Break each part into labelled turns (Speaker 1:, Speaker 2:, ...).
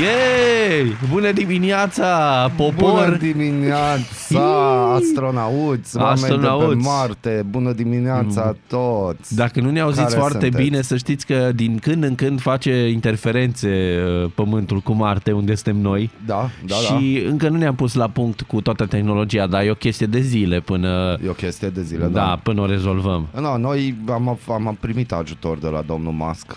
Speaker 1: Yay! Bună dimineața, popor!
Speaker 2: Bună dimineața, astronauți, astronauți. pe
Speaker 1: Astronauți. Mm. Da.
Speaker 2: Marte, bună dimineața toți.
Speaker 1: Dacă nu ne auziți
Speaker 2: Care
Speaker 1: foarte
Speaker 2: sunteți?
Speaker 1: bine, să știți că din când în când face interferențe uh, Pământul cu Marte, unde suntem noi.
Speaker 2: Da, da,
Speaker 1: și încă nu ne-am pus la punct cu toată tehnologia, dar e o chestie de zile până,
Speaker 2: da. E o chestie de zile,
Speaker 1: da,
Speaker 2: da.
Speaker 1: până o rezolvăm.
Speaker 2: No, noi am, am primit ajutor de la domnul Musk,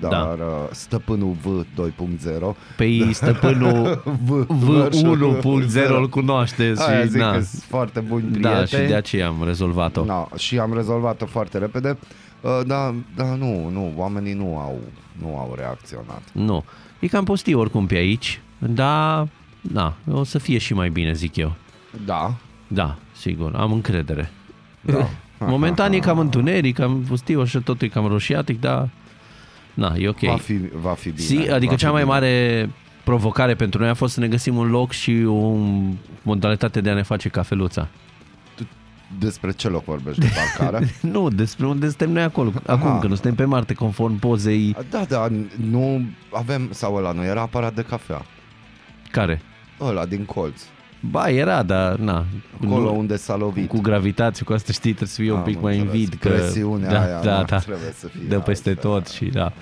Speaker 2: dar da. stăpânul V 2.0
Speaker 1: Pe stăpânul
Speaker 2: V-
Speaker 1: V1.0 îl cunoaște
Speaker 2: Aia
Speaker 1: și,
Speaker 2: zic
Speaker 1: na,
Speaker 2: că sunt foarte buni prieteni.
Speaker 1: da, și de aceea am rezolvat-o.
Speaker 2: Na, și am rezolvat-o foarte repede. Uh, Da, da, nu, nu, oamenii nu au, nu au reacționat.
Speaker 1: Nu. E cam postiu oricum pe aici, dar na, o să fie și mai bine, zic eu.
Speaker 2: Da,
Speaker 1: Da, sigur, am încredere.
Speaker 2: da.
Speaker 1: Momentan e cam întuneric, cam pustiu, așa totul e cam roșiatic, dar na, e ok.
Speaker 2: Va fi, va fi bine.
Speaker 1: Si, adică
Speaker 2: va
Speaker 1: cea
Speaker 2: fi
Speaker 1: mai
Speaker 2: bine.
Speaker 1: mare provocare pentru noi a fost să ne găsim un loc și o modalitate de a ne face cafeluța.
Speaker 2: Despre ce loc vorbești de parcare?
Speaker 1: Nu, despre unde suntem noi acolo,
Speaker 2: Aha.
Speaker 1: acum, că nu suntem pe Marte, conform pozei
Speaker 2: da, da, nu avem, sau ăla nu, era aparat de cafea.
Speaker 1: care?
Speaker 2: Ăla din colț,
Speaker 1: Ba, era, dar na.
Speaker 2: acolo
Speaker 1: nu-
Speaker 2: unde s-a lovit.
Speaker 1: cu gravitație, cu asta știi, trebuie să fie un
Speaker 2: Am
Speaker 1: pic mai
Speaker 2: înțeles.
Speaker 1: invid. Că,
Speaker 2: Presiunea
Speaker 1: da,
Speaker 2: aia,
Speaker 1: da,
Speaker 2: nu,
Speaker 1: da,
Speaker 2: trebuie să fie
Speaker 1: Dă peste
Speaker 2: altfel.
Speaker 1: tot și da.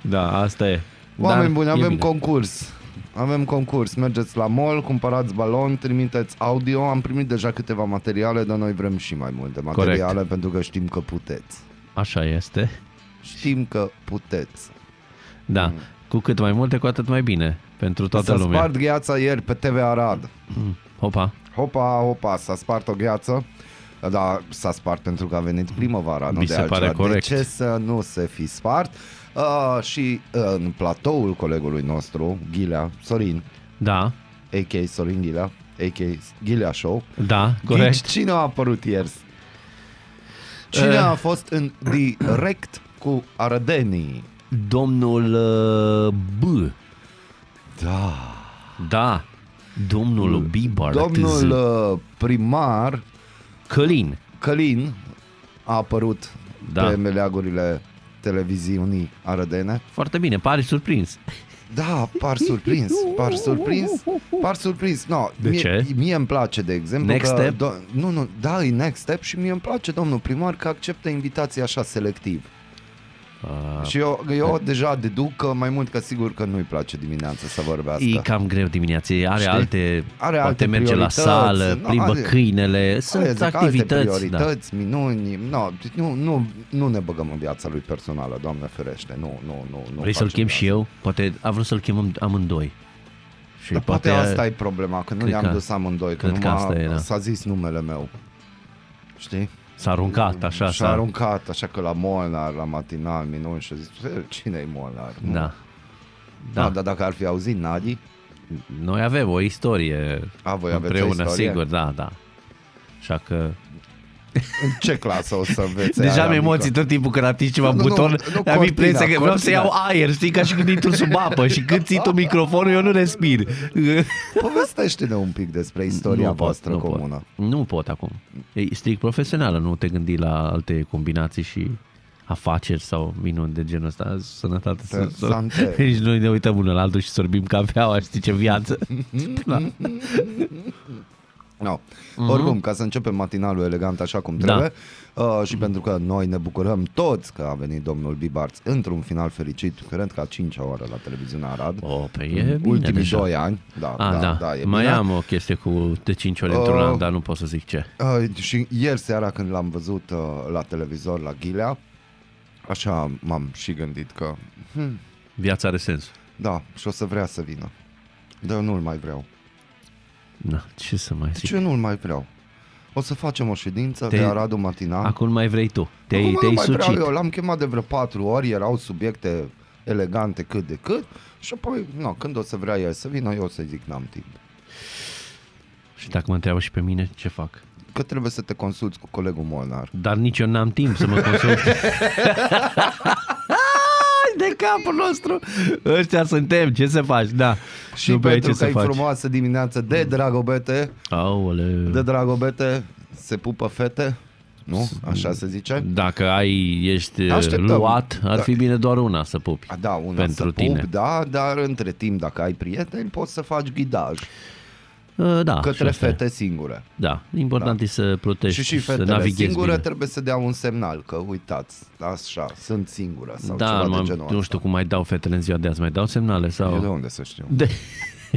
Speaker 1: Da, asta e.
Speaker 2: Oameni buni,
Speaker 1: e
Speaker 2: avem
Speaker 1: bine.
Speaker 2: concurs. Avem concurs, mergeți la mall, cumpărați balon, trimiteți audio, am primit deja câteva materiale, dar noi vrem și mai multe materiale Corect. pentru că știm că puteți.
Speaker 1: Așa este.
Speaker 2: Știm că puteți.
Speaker 1: Da.
Speaker 2: Mm.
Speaker 1: Cu cât mai multe, cu atât mai bine. Pentru toată
Speaker 2: S-a
Speaker 1: lumea.
Speaker 2: spart gheața ieri pe TV Arad.
Speaker 1: Hopa.
Speaker 2: Hopa, hopa, s-a spart o gheață. Da, s-a spart pentru că a venit primăvara, nu
Speaker 1: Mi
Speaker 2: de
Speaker 1: se pare
Speaker 2: altceva.
Speaker 1: corect.
Speaker 2: De ce să nu se fi spart? Uh, și uh, în platoul colegului nostru, Ghilea, Sorin,
Speaker 1: Da,
Speaker 2: a.k. Sorin Ghilea, a.k. Ghilea Show,
Speaker 1: da, corect.
Speaker 2: Ghici, cine a apărut ieri? Cine
Speaker 1: Uh.
Speaker 2: a fost în direct cu arădenii?
Speaker 1: Domnul uh, B.
Speaker 2: Da.
Speaker 1: Da. Domnul Bibar.
Speaker 2: Mm. Domnul
Speaker 1: tâză.
Speaker 2: uh, primar
Speaker 1: Călin.
Speaker 2: Călin a apărut da.
Speaker 1: Da.
Speaker 2: pe meleagurile televiziunii arădene.
Speaker 1: Foarte bine, pare surprins.
Speaker 2: Da, par surprins, par surprins, par surprins. No,
Speaker 1: De
Speaker 2: mie,
Speaker 1: ce?
Speaker 2: Mie îmi place, de exemplu,
Speaker 1: Next
Speaker 2: că...
Speaker 1: step?
Speaker 2: Do- nu, nu, da, e next step și mie îmi place, domnul primar, că acceptă invitații așa selectiv.
Speaker 1: Uh,
Speaker 2: Și eu, eu deja deduc că mai mult ca sigur că nu-i place dimineața să vorbească.
Speaker 1: e cam greu dimineața, e- are
Speaker 2: Știi?
Speaker 1: alte,
Speaker 2: Are
Speaker 1: poate
Speaker 2: alte
Speaker 1: merge la
Speaker 2: priorități,
Speaker 1: sală,
Speaker 2: nu,
Speaker 1: plimbă
Speaker 2: are-
Speaker 1: câinele, sunt
Speaker 2: Aia zic, alte
Speaker 1: activități. Da.
Speaker 2: Exact, priorități, da. minuni, no, nu, nu, nu ne băgăm în viața lui personală, doamne ferește, nu, nu, nu. nu
Speaker 1: Vrei să-l
Speaker 2: facem
Speaker 1: chem și
Speaker 2: asta.
Speaker 1: eu? Poate a vrut să-l chemăm amândoi. Și
Speaker 2: Dar poate, poate asta e problema, că nu
Speaker 1: cred
Speaker 2: le-am
Speaker 1: că-
Speaker 2: dus amândoi, că
Speaker 1: cred că asta e,
Speaker 2: numai
Speaker 1: da.
Speaker 2: s-a zis numele meu. Știi?
Speaker 1: s-a aruncat așa.
Speaker 2: și-a
Speaker 1: S-a
Speaker 2: aruncat așa că la Molnar, la matinal, minuni și a zis, "E, cine e Molnar? Nu.
Speaker 1: Da.
Speaker 2: da.
Speaker 1: Da.
Speaker 2: dar dacă ar fi auzit Nadi,
Speaker 1: Noi avem o istorie
Speaker 2: A, voi aveți o
Speaker 1: împreună,
Speaker 2: istorie?
Speaker 1: sigur, da, da. Așa că...
Speaker 2: în ce clasă o să înveți?
Speaker 1: Deja
Speaker 2: aia,
Speaker 1: am
Speaker 2: mică?
Speaker 1: emoții tot timpul când atingi ceva
Speaker 2: Nu, nu,
Speaker 1: buton,
Speaker 2: nu, nu,
Speaker 1: am
Speaker 2: cortina,
Speaker 1: impresia că vreau să
Speaker 2: cortina.
Speaker 1: iau aer, știi, ca și când intru sub apă și când ții tu microfonul, eu nu respir.
Speaker 2: Povestește-ne un pic despre istoria
Speaker 1: nu pot,
Speaker 2: voastră
Speaker 1: nu
Speaker 2: comună.
Speaker 1: Pot. Nu pot acum. E strict profesională, nu te gândi la alte combinații și afaceri sau minuni de genul ăsta, sănătate. să- să-
Speaker 2: Sante.
Speaker 1: Deci noi ne uităm unul la altul și sorbim cafeaua, știi ce viață. Da.
Speaker 2: No. Mm-hmm. Oricum, ca să începem matinalul elegant așa cum
Speaker 1: Mhm. Da.
Speaker 2: trebuie uh, și pentru că noi ne bucurăm toți că a venit domnul Bibarț într-un final fericit, cred că a cincea oară la televiziunea Arad.
Speaker 1: O, pe Oh, e
Speaker 2: În
Speaker 1: bine
Speaker 2: Ultimii
Speaker 1: deja.
Speaker 2: doi ani. Da,
Speaker 1: A,
Speaker 2: da, da, e
Speaker 1: Mai
Speaker 2: bine.
Speaker 1: am o chestie cu de 5 ori într-un
Speaker 2: Uh,
Speaker 1: an, dar nu pot să zic ce.
Speaker 2: Uh, și ieri seara când l-am văzut uh, la televizor la Ghilea, așa m-am și gândit că, hm,
Speaker 1: Viața are sens.
Speaker 2: da, și o să vrea să vină. Dar eu nu-l mai vreau.
Speaker 1: Na, ce să mai zic?
Speaker 2: Deci eu nu-l mai vreau. O să facem o ședință
Speaker 1: Te-
Speaker 2: de Aradul Matinal.
Speaker 1: Acum nu mai vrei tu. Te-ai,
Speaker 2: Acum nu
Speaker 1: te-ai
Speaker 2: mai vreau
Speaker 1: sucit.
Speaker 2: eu, l-am chemat de vreo patru ori, erau subiecte elegante cât de cât și apoi, no, când o să vrea el să vină, eu o să zic n-am timp.
Speaker 1: Și dacă mă întreabă și pe mine, ce fac?
Speaker 2: Că trebuie să te consulți cu colegul Molnar.
Speaker 1: Dar nici eu n-am timp să mă consult. de capul nostru. Ăștia suntem, ce să faci, da.
Speaker 2: Și
Speaker 1: Nu, băi,
Speaker 2: pentru
Speaker 1: ce
Speaker 2: că
Speaker 1: să
Speaker 2: e
Speaker 1: faci? Mm.
Speaker 2: frumoasă dimineață de dragobete,
Speaker 1: Aoleu.
Speaker 2: de dragobete se pupă fete, nu? Așa se zice?
Speaker 1: Dacă ai, ești
Speaker 2: Așteptăm.
Speaker 1: Așteptăm. luat, ar
Speaker 2: Da.
Speaker 1: fi bine doar una să pupi.
Speaker 2: A, da, una
Speaker 1: Pentru
Speaker 2: să
Speaker 1: tine.
Speaker 2: pup, da, dar între timp, dacă ai prieteni, poți să faci ghidaj
Speaker 1: Uh, Da, și
Speaker 2: către
Speaker 1: asta e.
Speaker 2: fete singure.
Speaker 1: Da, important da. e să protești,
Speaker 2: Și și
Speaker 1: să
Speaker 2: fetele
Speaker 1: navighezi
Speaker 2: singure
Speaker 1: bine.
Speaker 2: trebuie să dea un semnal că uitați, așa, sunt singură sau
Speaker 1: da,
Speaker 2: ceva
Speaker 1: mă,
Speaker 2: de genul
Speaker 1: nu
Speaker 2: ăsta.
Speaker 1: știu cum mai dau fetele în ziua de azi, mai dau semnale sau...
Speaker 2: Eu de unde să știu?
Speaker 1: De...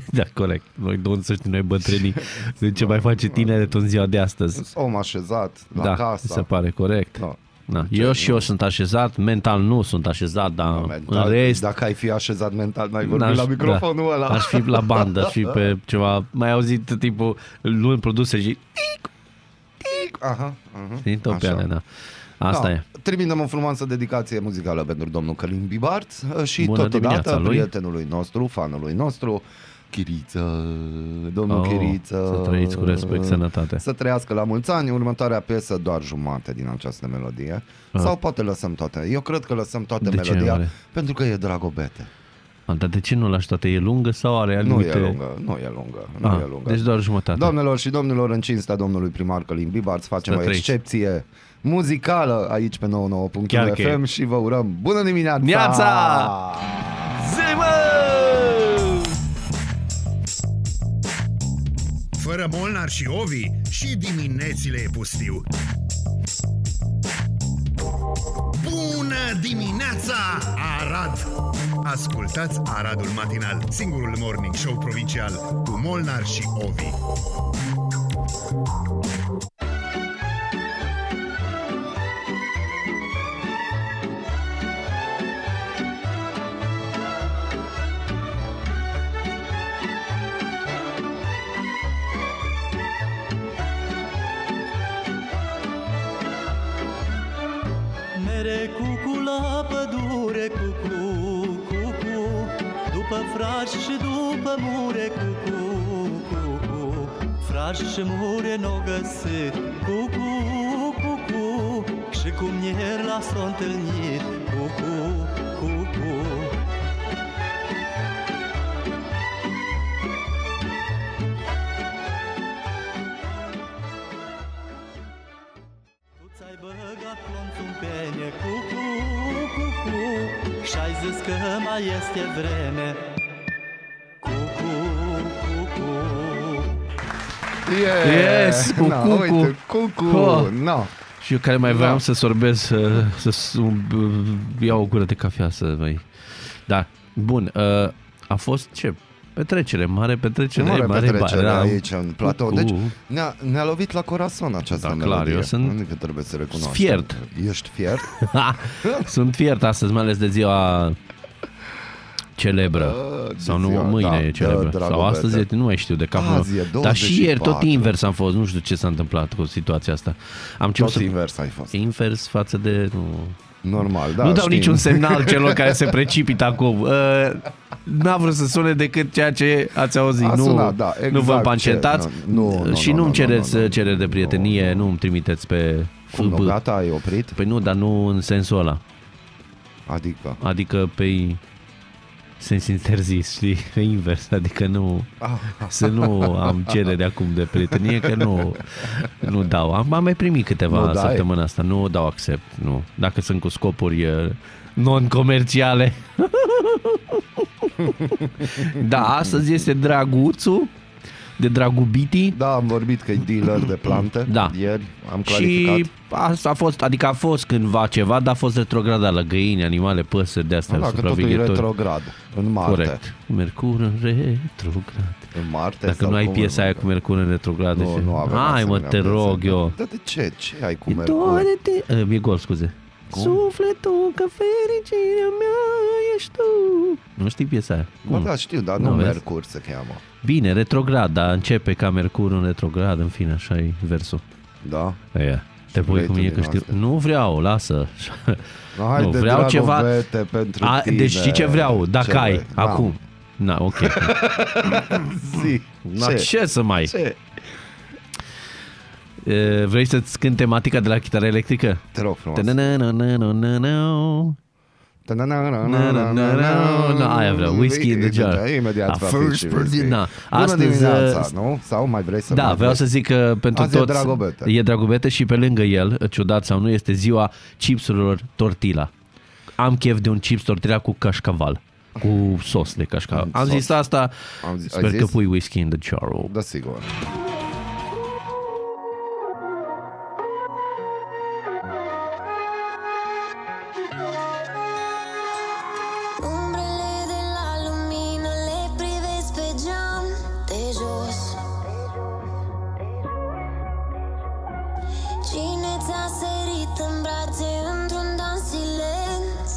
Speaker 1: Da, corect. Noi de unde să știm noi bătrânii de ce mai face tineretul în ziua de astăzi.
Speaker 2: Om așezat la
Speaker 1: da,
Speaker 2: casa.
Speaker 1: se pare corect.
Speaker 2: Da.
Speaker 1: Da. Eu și eu sunt așezat, mental nu sunt așezat, dar
Speaker 2: Da, Mental,
Speaker 1: în rest...
Speaker 2: Dacă ai fi așezat mental, n-ai vorbit
Speaker 1: n-aș-
Speaker 2: la microfonul
Speaker 1: da,
Speaker 2: ăla.
Speaker 1: Aș fi la bandă, aș fi pe ceva... Mai auzit tipul luând produse și...
Speaker 2: Aha, aha.
Speaker 1: Știi, tot pe
Speaker 2: Așa.
Speaker 1: alea, da. Asta
Speaker 2: Da.
Speaker 1: e.
Speaker 2: Terminăm o frumoasă dedicație muzicală pentru domnul Călin Bibart uh, și
Speaker 1: Bună
Speaker 2: totodată
Speaker 1: dimineața lui.
Speaker 2: prietenului nostru, fanului nostru, Chiriță, domnul
Speaker 1: Oh,
Speaker 2: Chiriță.
Speaker 1: să trăiți cu respect, sănătate.
Speaker 2: uh, Să trăiască la mulți ani, următoarea piesă doar jumate din această melodie.
Speaker 1: Ah.
Speaker 2: Sau poate lăsăm toate. Eu cred că lăsăm toate
Speaker 1: De ce
Speaker 2: melodia,
Speaker 1: oare?
Speaker 2: pentru că e dragobete.
Speaker 1: A, Dar de ce nu lași toate? E lungă sau are
Speaker 2: Nu
Speaker 1: anumite...
Speaker 2: e lungă, nu e lungă, nu
Speaker 1: Ah,
Speaker 2: e lungă.
Speaker 1: Deci doar jumătate.
Speaker 2: Doamnelor și domnilor, în cinstea domnului primar Călin Bibar, îți facem
Speaker 1: Să
Speaker 2: o
Speaker 1: trăiți.
Speaker 2: excepție muzicală aici pe 99.1
Speaker 1: Chiar că e.
Speaker 2: FM și vă urăm bună dimineața!
Speaker 1: Neața!
Speaker 3: Fără Molnar și Ovi, și diminețile e pustiu. Bună dimineața, Arad! Ascultați Aradul Matinal, singurul morning show provincial cu Molnar și Ovi.
Speaker 4: Mere cucu la pădure, cucu, cucu După frași și după mure, cucu, cucu Frași și mure n-o găsit, cucu, cucu Și cum ieri la s-o întâlnit, cucu, cucu Tu ți-ai băgat plonțul în pene, cu, cu, cu, cu Și-ai zis că mai este vreme Cu, cu, cu, cu
Speaker 2: Yeah!
Speaker 1: Yes, cu
Speaker 2: Na,
Speaker 1: cucu.
Speaker 2: Uite, cucu!
Speaker 1: Oh.
Speaker 2: No.
Speaker 1: Și eu care mai vreau
Speaker 2: Da.
Speaker 1: să sorbesc, să, să, să iau o gură de cafea să mai... Da, bun, uh, a fost ce? Petrecere, mare petrecere,
Speaker 2: Mare petrecere
Speaker 1: ba- da.
Speaker 2: aici în platou.
Speaker 1: Cu-
Speaker 2: Deci ne-a, ne-a lovit la corazon această
Speaker 1: Da, clar,
Speaker 2: melodie.
Speaker 1: eu sunt
Speaker 2: Adică trebuie să recunoaștem.
Speaker 1: fiert.
Speaker 2: Ești fiert?
Speaker 1: Ha, Sunt fiert astăzi, mai ales de ziua celebră.
Speaker 2: Uh, de
Speaker 1: sau nu,
Speaker 2: ziua,
Speaker 1: mâine
Speaker 2: da,
Speaker 1: e celebră.
Speaker 2: da,
Speaker 1: sau
Speaker 2: Dragobete.
Speaker 1: astăzi, e, nu mai știu de capul meu.
Speaker 2: Azi e
Speaker 1: Dar și ieri tot
Speaker 2: 24.
Speaker 1: invers am fost, nu știu ce s-a întâmplat cu situația asta. Am
Speaker 2: Tot
Speaker 1: început să...
Speaker 2: invers ai fost.
Speaker 1: Invers față de... Nu,
Speaker 2: Normal, da,
Speaker 1: nu dau
Speaker 2: știm.
Speaker 1: niciun semnal celor care se precipită acum. Uh, n-a vrut să sune decât ceea ce ați auzit.
Speaker 2: A
Speaker 1: nu,
Speaker 2: sunat, da,
Speaker 1: nu vă
Speaker 2: exact
Speaker 1: împancetați
Speaker 2: ce- nu, nu,
Speaker 1: și
Speaker 2: nu,
Speaker 1: nu,
Speaker 2: nu,
Speaker 1: îmi cereți
Speaker 2: nu, nu, nu,
Speaker 1: cereri de
Speaker 2: nu,
Speaker 1: prietenie,
Speaker 2: nu.
Speaker 1: nu îmi trimiteți pe
Speaker 2: Cum, nu,
Speaker 1: FB.
Speaker 2: gata, ai oprit?
Speaker 1: Păi nu, dar nu în sensul ăla.
Speaker 2: Adică...
Speaker 1: Adică pe sens interzis, știi? Pe invers, adică nu...
Speaker 2: Ah.
Speaker 1: Să nu am cerere acum de prietenie, că nu, nu dau. Am, am mai primit câteva
Speaker 2: Nu dai?
Speaker 1: săptămâna asta, nu dau accept, nu. Dacă sunt cu scopuri eh, non-comerciale. da, astăzi este Draguțu, de Dragubiti.
Speaker 2: Da, am vorbit că e dealer de plante
Speaker 1: Da.
Speaker 2: ieri, am clarificat.
Speaker 1: Și asta a fost, adică a fost cândva ceva, dar a fost retrogradat la găini, animale, păsări de astea,
Speaker 2: da, că totul e
Speaker 1: supraveghetori.
Speaker 2: retrograd, în Marte.
Speaker 1: Corect. Mercur în retrograd.
Speaker 2: În Marte
Speaker 1: Dacă
Speaker 2: sau
Speaker 1: nu ai
Speaker 2: cum
Speaker 1: piesa
Speaker 2: în-
Speaker 1: aia cu Mercur în retrograd,
Speaker 2: nu,
Speaker 1: deci-
Speaker 2: nu avem
Speaker 1: Hai mă,
Speaker 2: asemenea
Speaker 1: te
Speaker 2: piese.
Speaker 1: rog eu.
Speaker 2: Dar de ce? Ce ai cu
Speaker 1: E
Speaker 2: Mercur?
Speaker 1: doar de- Eh, E gol, scuze. Sufletul, că fericirea mea ești tu. Nu știi piesa aia?
Speaker 2: Bă,
Speaker 1: Cum?
Speaker 2: da, știu, dar
Speaker 1: Nu
Speaker 2: nu,
Speaker 1: vezi?
Speaker 2: Mercur se cheamă.
Speaker 1: Bine, da, retrograd, dar începe ca Mercur în retrograd, în fine, așa e versul.
Speaker 2: Da?
Speaker 1: Aia. te pui
Speaker 2: Vrei
Speaker 1: cu
Speaker 2: tu
Speaker 1: mine
Speaker 2: din
Speaker 1: că știu.
Speaker 2: astea?
Speaker 1: Nu vreau, lasă.
Speaker 2: No, hai
Speaker 1: nu,
Speaker 2: de
Speaker 1: vreau
Speaker 2: dragul
Speaker 1: ceva.
Speaker 2: vete pentru
Speaker 1: A,
Speaker 2: tine,
Speaker 1: deci știi ce vreau, dacă
Speaker 2: ce
Speaker 1: ai,
Speaker 2: vrei. Da.
Speaker 1: acum. Na, ok.
Speaker 2: Zi.
Speaker 1: Na, ce? ce să mai...
Speaker 2: Ce?
Speaker 1: E, Vrei să-ți cânt tematica de la chitară electrică?
Speaker 2: Te rog frumos.
Speaker 1: Ta-na-na-na-na-na-na. Na-na-na-na-na. Na, Aia vreau, whisky in the jar.
Speaker 2: da, Imediat
Speaker 1: A
Speaker 2: va fi
Speaker 1: first
Speaker 2: și
Speaker 1: birthday.
Speaker 2: whisky.
Speaker 1: Na,
Speaker 2: Bună
Speaker 1: astăzi,
Speaker 2: dimineața,
Speaker 1: uh,
Speaker 2: nu? Sau mai vrei să
Speaker 1: Da,
Speaker 2: mai
Speaker 1: vreau să
Speaker 2: vorbești?
Speaker 1: zic că pentru
Speaker 2: Azi e
Speaker 1: toți
Speaker 2: Dragobete.
Speaker 1: e Dragobete și pe lângă el, ciudat sau nu, este ziua chipsurilor tortila. Am chef de un chips tortila cu cașcaval, cu sos de cașcaval. Am
Speaker 2: Sos.
Speaker 1: zis asta,
Speaker 2: Am zis- ai
Speaker 1: sper că
Speaker 2: zis?
Speaker 1: pui whisky in the jar.
Speaker 2: Da, sigur.
Speaker 5: Umbrele de la lumină le privesc pe geam de jos Cine ți-a sărit în brațe într-un dans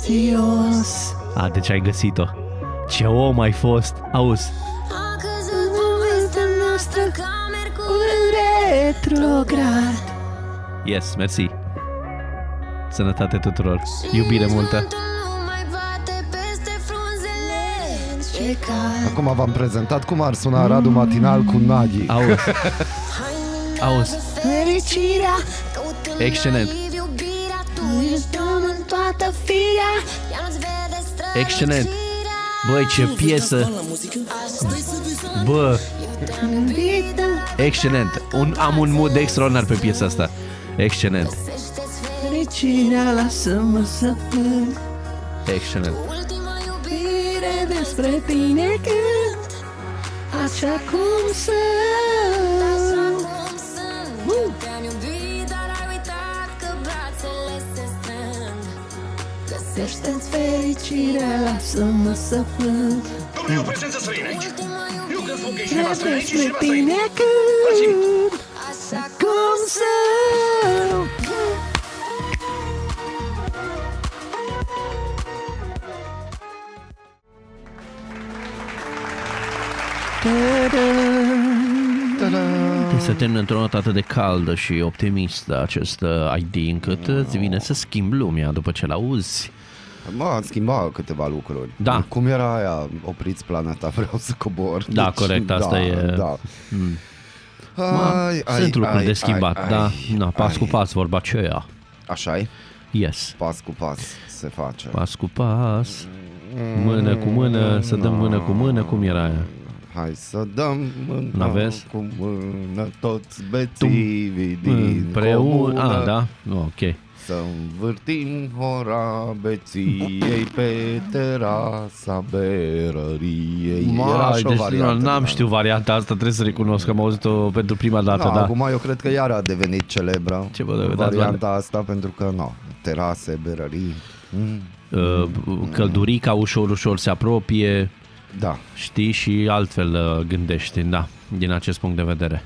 Speaker 5: silențios
Speaker 1: A, deci ai găsit-o. Ce om ai fost! Auzi,
Speaker 5: A căzut povestea noastră ca mercur în retrograd
Speaker 1: yes, mersi. Sănătate tuturor, iubire multă.
Speaker 5: Nu mai bate peste frunzele încecat
Speaker 2: Acum v-am prezentat cum ar suna Radu Matinal cu Naghi.
Speaker 1: Auzi, Auzi.
Speaker 5: Auzi Fericirea
Speaker 1: Excelent. Excelent.
Speaker 5: Excelent
Speaker 1: băi, ce piesă! Bă, excelent! Un, am un mood extraordinar pe piesa asta. Excelent,
Speaker 5: Fericirea lasă-mă să plâng
Speaker 1: excelent.
Speaker 5: Ultima iubire despre tine cânt Așa cum sunt Nu Te-am iubit, dar ai uitat că brațele se strâng Găsește-ți fericirea, lasă-mă să plâng
Speaker 3: Domnule, o prezență străină aici.
Speaker 5: Ultima
Speaker 3: Nu că fug e
Speaker 5: iubire
Speaker 3: cineva străin aici și
Speaker 5: despre
Speaker 3: cineva străin.
Speaker 5: tine cânt Așa cum sunt
Speaker 1: Trebuie să termin într-o notă atât de caldă și optimistă acest uh, ID încât îți vine să schimbi lumea după ce-l auzi.
Speaker 2: Mă, am schimbat câteva lucruri.
Speaker 1: Da.
Speaker 2: Cum era aia, opriți planeta, vreau să cobor.
Speaker 1: Da, corect, asta
Speaker 2: da,
Speaker 1: e-
Speaker 2: Da.
Speaker 1: Ma,
Speaker 2: Ai, ai,
Speaker 1: sunt lucruri
Speaker 2: ai,
Speaker 1: de schimbat,
Speaker 2: ai,
Speaker 1: da,
Speaker 2: ai,
Speaker 1: na, pas
Speaker 2: ai.
Speaker 1: cu pas vorba aceea.
Speaker 2: Așa e?
Speaker 1: Yes,
Speaker 2: Pas cu pas se face.
Speaker 1: pas cu pas, mână cu mână, să dăm mână cu mână, cum era aia?
Speaker 2: Hai să dăm mâna
Speaker 1: N-aveți?
Speaker 2: cu mână toți bețivii din
Speaker 1: Împreună,
Speaker 2: comună
Speaker 1: ah, da, ok.
Speaker 2: Să învârtim hora beției pe terasa berăriei Era
Speaker 1: Mai,
Speaker 2: și o
Speaker 1: deci
Speaker 2: variantă da.
Speaker 1: nu,
Speaker 2: din
Speaker 1: n-am
Speaker 2: aia.
Speaker 1: știut varianta asta, trebuie să recunosc că am auzit-o pentru prima dată,
Speaker 2: Da,
Speaker 1: da.
Speaker 2: Acum eu cred că iar a devenit celebră
Speaker 1: Ce bă, dați
Speaker 2: varianta asta pentru că nu, terase, berării, mm,
Speaker 1: Uh, Căldurica ușor, ușor se apropie,
Speaker 2: da,
Speaker 1: știi și altfel uh, gândești, da, din acest punct de vedere.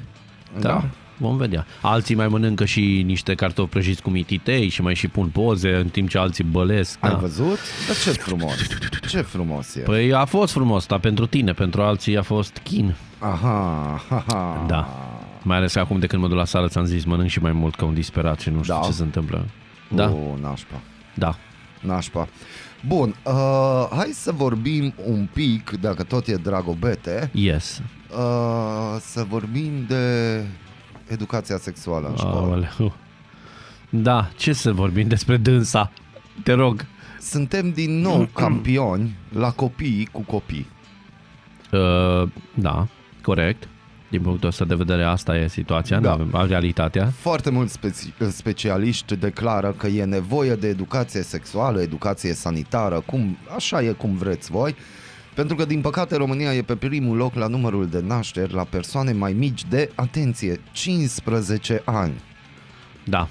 Speaker 1: Da.
Speaker 2: Da.
Speaker 1: Vom vedea. Alții mai mănâncă și niște cartofi prăjiți cu mititei și mai și pun poze în timp ce alții bălesc.
Speaker 2: ai
Speaker 1: da.
Speaker 2: văzut? Dar ce frumos, ce frumos e
Speaker 1: Păi a fost frumos, dar pentru tine, pentru alții a fost chin.
Speaker 2: Aha, aha.
Speaker 1: Da. Mai ales că acum de când mă duc la sală ți-am zis, mănânc și mai mult ca un disperat și nu știu
Speaker 2: Da. Oh.
Speaker 1: ce se întâmplă. Da,
Speaker 2: O, nașpa,
Speaker 1: da.
Speaker 2: nașpa. Bun, uh, hai să vorbim un pic, dacă tot e dragobete,
Speaker 1: Yes.
Speaker 2: uh, să vorbim de educația sexuală în școală.
Speaker 1: Aoleu. Da, ce să vorbim despre dânsa? Te rog.
Speaker 2: Suntem din nou campioni la copii cu copii.
Speaker 1: Uh, da, corect. Din punctul ăsta de vedere, asta e situația,
Speaker 2: Da.
Speaker 1: da. avem realitatea.
Speaker 2: Foarte mulți speci- specialiști declară că e nevoie de educație sexuală, educație sanitară, cum, așa e cum vreți voi, pentru că, din păcate, România e pe primul loc la numărul de nașteri la persoane mai mici de, atenție, 15 ani.
Speaker 1: Da.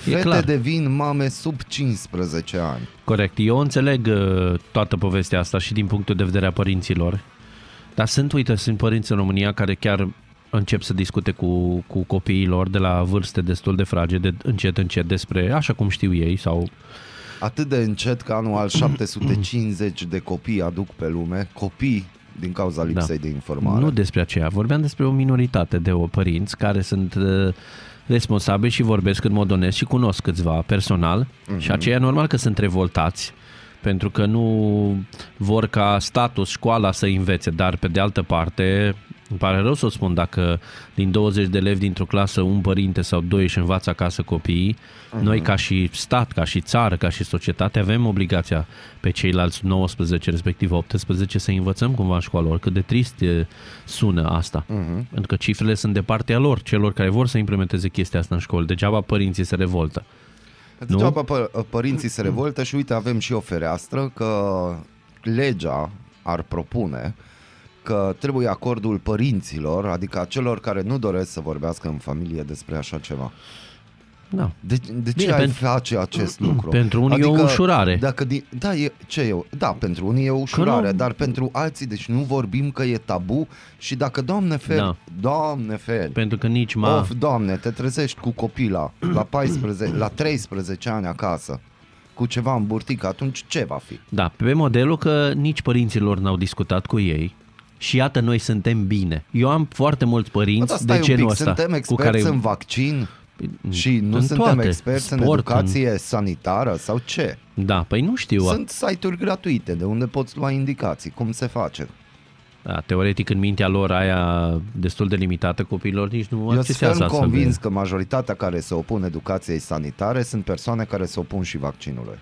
Speaker 1: E
Speaker 2: Fete
Speaker 1: clar, de...
Speaker 2: devin mame sub 15 ani.
Speaker 1: corect. Eu înțeleg uh, toată povestea asta și din punctul de vedere a părinților. Dar sunt, uite, sunt părinți în România care chiar încep să discute cu, cu copiilor de la vârste destul de fragede, încet, încet, despre așa cum știu ei sau...
Speaker 2: Atât de încet că anual 750 de copii aduc pe lume, copii din cauza lipsei de informare.
Speaker 1: Da. Nu despre aceea. Vorbeam despre o minoritate de o părinți care sunt uh, responsabili și vorbesc în mod onest și cunosc câțiva personal mm-hmm. și aceia normal că sunt revoltați pentru că nu vor ca status școala să învețe, dar pe de altă parte îmi pare rău să o spun dacă din 20 de elevi dintr-o clasă un părinte sau doi își învață acasă copiii, uh-huh. noi ca și stat, ca și țară, ca și societate avem obligația pe ceilalți 19, respectiv 18 să învățăm cumva în școală, oricât de trist e, sună asta. Uh-huh. Pentru că cifrele sunt de partea lor, celor care vor să implementeze chestia asta în școală. Degeaba părinții se revoltă.
Speaker 2: Degeaba pă- părinții se revoltă și uite avem și o fereastră că legea ar propune că trebuie acordul părinților, adică a celor care nu doresc să vorbească în familie despre așa ceva.
Speaker 1: Da.
Speaker 2: De, de ce
Speaker 1: Bine,
Speaker 2: ai
Speaker 1: pentru-
Speaker 2: face acest lucru? Adică,
Speaker 1: pentru unii e o ușurare.
Speaker 2: Dacă din, da, e, ce e, da, pentru unii e o ușurare, dar pentru alții, deci nu vorbim că e tabu și dacă, doamne fel,
Speaker 1: Da.
Speaker 2: da. doamne fel,
Speaker 1: Pentru că nici ma...
Speaker 2: Of, doamne, te trezești cu copila la 14, la 13 ani acasă cu ceva în burtică, atunci ce va fi?
Speaker 1: Da, pe modelul că nici părinților n-au discutat cu ei și iată, noi suntem bine. Eu am foarte mulți
Speaker 2: Bă,
Speaker 1: părinți
Speaker 2: dar stai
Speaker 1: de
Speaker 2: un
Speaker 1: genul
Speaker 2: pic,
Speaker 1: ăsta. Păi,
Speaker 2: suntem experți în vaccin Mm, și nu
Speaker 1: în
Speaker 2: suntem
Speaker 1: toate,
Speaker 2: experți în
Speaker 1: sport,
Speaker 2: educație sanitară sau ce?
Speaker 1: Da, păi nu știu.
Speaker 2: Sunt site-uri gratuite de unde poți lua indicații, cum se face.
Speaker 1: Da, teoretic, în mintea lor aia destul de limitată copiilor nici nu
Speaker 2: Eu
Speaker 1: accesează
Speaker 2: sunt
Speaker 1: astfel
Speaker 2: convins
Speaker 1: de...
Speaker 2: că majoritatea care se opun educației sanitare sunt persoane care se opun și vaccinului.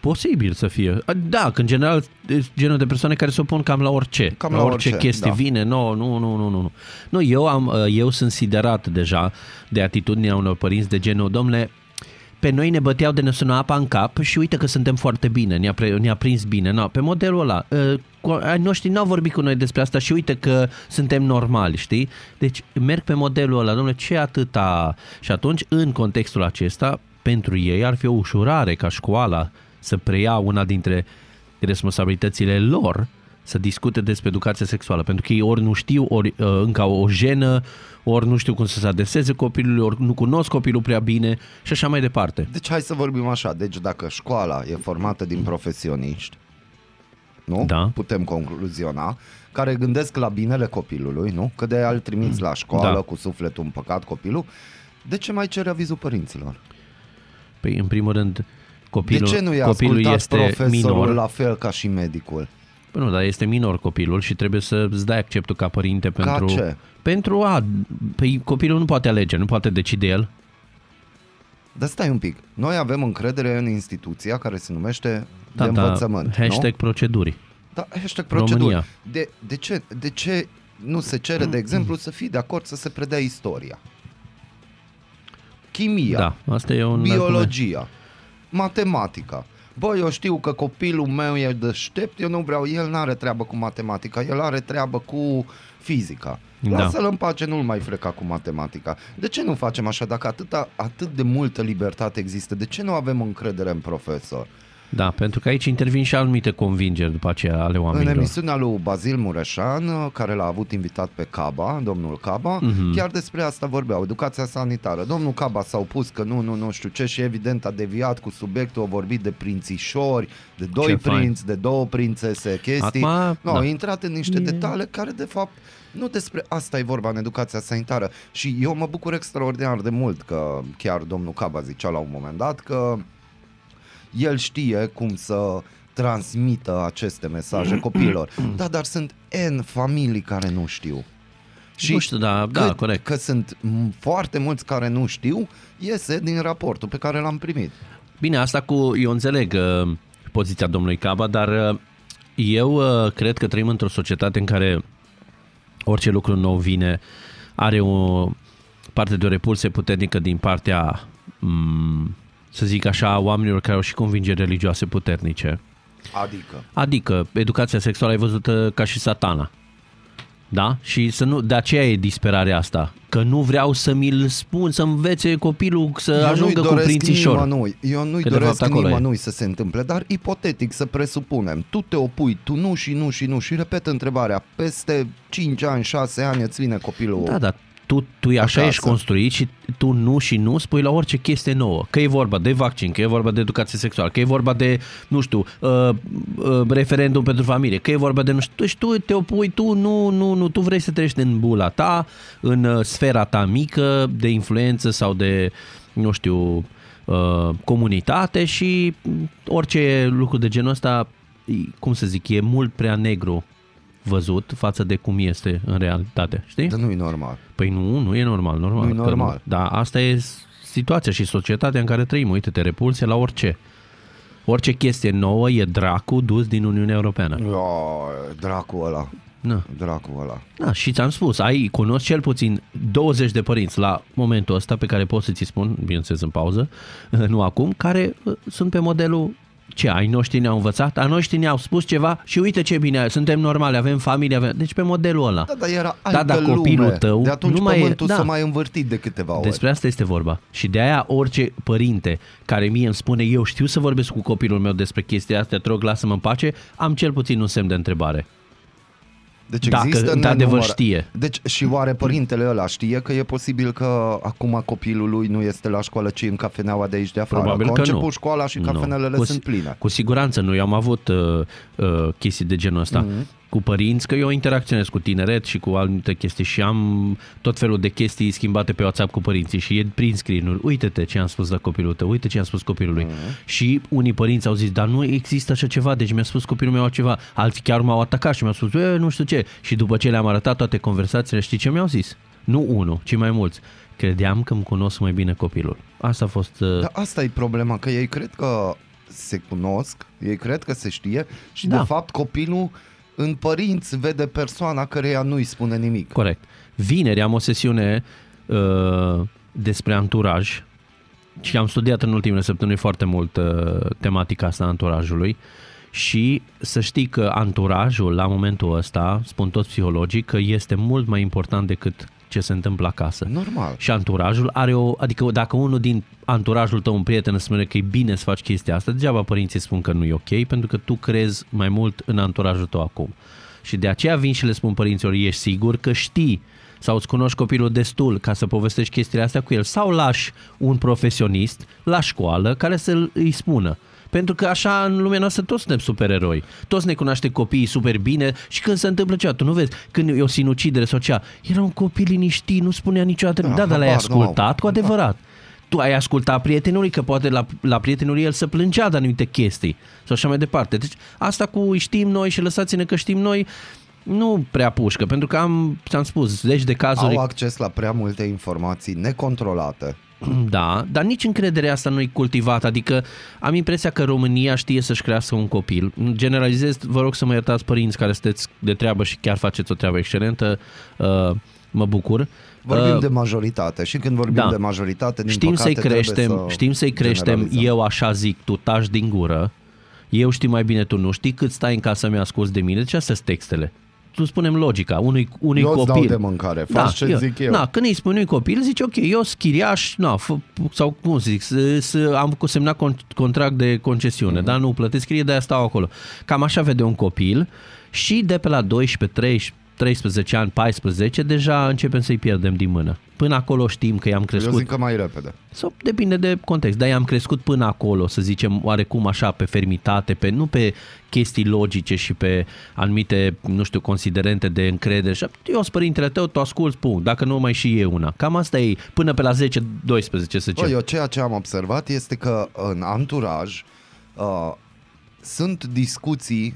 Speaker 1: Posibil să fie. Da, că în general e genul de persoane care se opun cam la orice.
Speaker 2: Cam la orice,
Speaker 1: chestie
Speaker 2: da.
Speaker 1: vine, no, nu, nu, nu, nu. nu. Nu, eu, am, uh, eu sunt siderat deja de atitudinea unor părinți de genul, domnule, pe noi ne băteau de ne suna apa în cap și uite că suntem foarte bine, ne-a, pre, ne-a prins bine. No, pe modelul ăla, uh, cu- ai noștri n-au vorbit cu noi despre asta și uite că suntem normali, știi? Deci merg pe modelul ăla, domnule, ce atâta... Și atunci, în contextul acesta, pentru ei ar fi o ușurare ca școala să preia una dintre responsabilitățile lor să discute despre educație sexuală, pentru că ei ori nu știu, ori uh, încă au o jenă, ori nu știu cum să se adeseze copilului, ori nu cunosc copilul prea bine și așa mai departe.
Speaker 2: Deci hai să vorbim așa, deci dacă școala e formată din profesioniști, nu?
Speaker 1: Da.
Speaker 2: Putem concluziona, care gândesc la binele copilului, nu? Că de aia îl trimiți la școală
Speaker 1: Da.
Speaker 2: da. cu sufletul împăcat copilul. De ce mai cere avizul părinților?
Speaker 1: Păi, în primul rând, copilul,
Speaker 2: de ce nu i-a
Speaker 1: copilul
Speaker 2: ascultat
Speaker 1: este
Speaker 2: profesorul
Speaker 1: minor.
Speaker 2: la fel ca și medicul?
Speaker 1: Păi Nu, dar este minor copilul și trebuie să îți dai acceptul ca părinte
Speaker 2: Ca
Speaker 1: pentru...
Speaker 2: ce?
Speaker 1: Pentru a... Păi copilul nu poate alege, nu poate decide el.
Speaker 2: Dar stai un pic, noi avem încredere în instituția care se numește de
Speaker 1: Tata,
Speaker 2: învățământ,
Speaker 1: Da, hashtag
Speaker 2: nu?
Speaker 1: proceduri.
Speaker 2: Da, hashtag
Speaker 1: România.
Speaker 2: proceduri. De, de, ce, de ce nu se cere, de exemplu, să fii de acord să se predea istoria? Chimia,
Speaker 1: Da, asta e un...
Speaker 2: biologia, matematica. Bă, eu știu că copilul meu e deștept, eu nu vreau, el nu are treabă cu matematica, el are treabă cu fizica.
Speaker 1: Da.
Speaker 2: Lasă-l în pace, nu-l mai freca cu matematica. De ce nu facem așa? Dacă atâta, atât de multă libertate există, de ce nu avem încredere în profesor?
Speaker 1: Da, pentru că aici intervin și anumite convingeri după aceea ale
Speaker 2: În
Speaker 1: oamenilor.
Speaker 2: emisiunea lui Bazil Mureșan, care l-a avut invitat pe Caba, domnul Caba,
Speaker 1: Mhm.
Speaker 2: chiar despre asta vorbeau, educația sanitară. Domnul Caba s-a opus că nu, nu, nu știu ce și evident a deviat cu subiectul, a vorbit de prințișori, de doi
Speaker 1: Ce fain.
Speaker 2: prinți, de două prințese, chestii.
Speaker 1: Acum,
Speaker 2: nu,
Speaker 1: da.
Speaker 2: a intrat în niște detalii care de fapt nu despre asta e vorba în educația sanitară și eu mă bucur extraordinar de mult că chiar domnul Caba zicea la un moment dat că el știe cum să transmită aceste
Speaker 1: Mm-hmm.
Speaker 2: mesaje copiilor. Da, dar sunt N familii care nu știu.
Speaker 1: Nu știu, da,
Speaker 2: cât,
Speaker 1: da, corect.
Speaker 2: Că sunt m, foarte mulți care nu știu, iese din raportul pe care l-am primit.
Speaker 1: Bine, asta cu, eu înțeleg uh, poziția domnului Caba, dar uh, eu uh, cred că trăim într-o societate în care orice lucru nou vine are o parte de o repulsie puternică din partea, um, să zic așa, a oamenilor care au și convingeri religioase puternice.
Speaker 2: Adică.
Speaker 1: Adică, educația sexuală ai văzută ca și satana. Da? Și să nu, de aceea e disperarea asta. Că nu vreau să mi-l spun, să învețe copilul să
Speaker 2: Eu
Speaker 1: ajungă
Speaker 2: nu-i
Speaker 1: cu
Speaker 2: doresc
Speaker 1: prințișor.
Speaker 2: nimănui, eu nu-i
Speaker 1: Că de
Speaker 2: doresc
Speaker 1: fapt acolo e.
Speaker 2: nimănui să se întâmple, dar ipotetic să presupunem, tu te opui, tu nu și nu și nu și repet întrebarea, peste 5 ani, 6 ani îți vine copilul
Speaker 1: Da, dar tu, tu așa
Speaker 2: Acasă.
Speaker 1: ești construit și tu nu și nu spui la orice chestie nouă. Că e vorba de vaccin, că e vorba de educație sexuală, că e vorba de, nu știu, uh, uh, referendum pentru familie, că e vorba de nu știu, și tu te opui, tu nu, nu, nu, tu vrei să trăiești în bula ta, în uh, sfera ta mică de influență sau de, nu știu, uh, comunitate și orice lucru de genul ăsta, e, cum să zic, e mult prea negru văzut față de cum este în realitate, știi?
Speaker 2: Dar nu e normal.
Speaker 1: Păi nu, nu e normal, normal.
Speaker 2: Nu e
Speaker 1: că-
Speaker 2: normal.
Speaker 1: Da, asta e s- situația și societatea în care trăim. Uite-te, repulsie la orice. Orice chestie nouă e dracu dus din Uniunea Europeană.
Speaker 2: Ia, dracu ăla.
Speaker 1: Da.
Speaker 2: Dracu ăla.
Speaker 1: Da, și ți-am spus, ai cunosc cel puțin 20 de părinți la momentul ăsta pe care pot să ți spun, bineînțeles în pauză, nu acum, care uh, sunt pe modelul ce, ai noștri ne-au învățat, ai noștri ne-au spus ceva și uite ce bine, suntem normale, avem familie, avem... deci pe modelul ăla.
Speaker 2: Da, dar era
Speaker 1: Da,
Speaker 2: altă
Speaker 1: dar
Speaker 2: lume.
Speaker 1: copilul tău
Speaker 2: de atunci
Speaker 1: nu mai e-
Speaker 2: pământul
Speaker 1: da.
Speaker 2: s-a mai învârtit de câteva ori.
Speaker 1: Despre asta este vorba. Și de aia orice părinte care mie îmi spune eu știu să vorbesc cu copilul meu despre chestia asta, te rog, lasă-mă în pace, am cel puțin un semn de întrebare.
Speaker 2: Deci
Speaker 1: Dacă,
Speaker 2: există
Speaker 1: într-adevăr,
Speaker 2: nenumăra-
Speaker 1: știe.
Speaker 2: Deci și oare părintele ăla știe că e posibil că acum copilul lui nu este la școală, ci în cafeneaua de aici de afară?
Speaker 1: Probabil
Speaker 2: că a
Speaker 1: că
Speaker 2: început
Speaker 1: nu.
Speaker 2: școala și
Speaker 1: Nu.
Speaker 2: cafenelele
Speaker 1: Cu si-
Speaker 2: sunt pline.
Speaker 1: Cu siguranță nu. Eu am avut uh, uh, chestii de genul ăsta
Speaker 2: Mhm.
Speaker 1: cu părinți, că eu interacționez cu tineret și cu alte chestii și am tot felul de chestii schimbate pe WhatsApp cu părinții și e prin screen-uri. Uite-te ce am spus la copilul tău, uite ce am spus copilului.
Speaker 2: Mhm.
Speaker 1: Și unii părinți au zis, dar nu există așa ceva, deci mi-a spus copilul meu ceva. Alții chiar m-au atacat și mi-au spus, e, nu știu ce. Și după ce le-am arătat toate conversațiile, știi ce mi-au zis? Nu unul, ci mai mulți. Credeam că îmi cunosc mai bine copilul. Asta a fost... uh,
Speaker 2: Dar asta e problema, că ei cred că se cunosc, ei cred că se știe și
Speaker 1: Da.
Speaker 2: de fapt copilul în părinți vede persoana căreia nu-i spune nimic.
Speaker 1: Corect. Vineri am o sesiune uh, despre anturaj și am studiat în ultimele săptămâni foarte mult uh, tematica asta a anturajului și să știi că anturajul la momentul ăsta, spun toți psihologii, că este mult mai important decât ce se întâmplă acasă.
Speaker 2: Normal.
Speaker 1: Și anturajul are o... Adică dacă unul din anturajul tău, un prieten, îți spune că e bine să faci chestia asta, degeaba părinții spun că nu e ok, pentru că tu crezi mai mult în anturajul tău acum. Și de aceea vin și le spun părinților, ești sigur că știi sau îți cunoști copilul destul ca să povestești chestiile astea cu el. Sau lași un profesionist la școală care să îi spună. Pentru că așa în lumea noastră toți suntem supereroi. Toți ne cunoaște copiii super bine și când se întâmplă ceva, tu nu vezi, când e o sinucidere sau cea, era un copil liniștit, nu spunea niciodată. Da,
Speaker 2: Da,
Speaker 1: da dar l-ai
Speaker 2: habar n-au.
Speaker 1: ascultat cu adevărat. Tu ai ascultat prietenului, că poate la, la prietenul el să plângea de anumite chestii și așa mai departe. Deci asta cu știm noi și lăsați-ne că știm noi, nu prea pușcă, pentru că am, ți-am spus, zeci de cazuri.
Speaker 2: Au acces la prea multe informații necontrolate.
Speaker 1: Da, dar nici încrederea asta nu e cultivată. Adică am impresia că România știe să-și crească un copil. Generalizez, vă rog să mă iertați părinți care sunteți de treabă și chiar faceți o treabă excelentă. Uh, mă bucur.
Speaker 2: Vorbim
Speaker 1: Uh,
Speaker 2: de majoritate și când vorbim
Speaker 1: da.
Speaker 2: de majoritate, din
Speaker 1: știm
Speaker 2: păcate,
Speaker 1: să-i creștem,
Speaker 2: trebuie să
Speaker 1: știm să-i creștem,
Speaker 2: generalizăm.
Speaker 1: eu așa zic, tu taci din gură, eu știu mai bine, tu nu știi cât stai în casa mea ascuns de mine, deci astea sunt textele. Tu spunem logica, unui, unui
Speaker 2: Eu îți
Speaker 1: copil.
Speaker 2: dau de mâncare, faci ce zic eu.
Speaker 1: Da, când îi spui unui copil, zici, ok, eu sunt chiriaș, na, f- sau cum să zic, s- s- am semnat con- contract de
Speaker 2: Mhm.
Speaker 1: concesiune, mm-hmm. dar nu plătesc chirie, de-aia stau acolo. Cam așa vede un copil și de pe la 12, 13, 13 ani, 14, deja începem să-i pierdem din mână. Până acolo știm că i-am crescut.
Speaker 2: Eu zic că mai repede.
Speaker 1: Sau depinde de context. Dar am crescut până acolo, să zicem, oarecum așa, pe fermitate, pe, nu pe chestii logice și pe anumite, nu știu, considerente de încredere. Și eu sunt părintele tău, tu asculti, pun, dacă nu mai și e una. Cam asta e, până pe la 10-12, să zicem.
Speaker 2: Bă, eu ceea ce am observat este că în anturaj uh, sunt discuții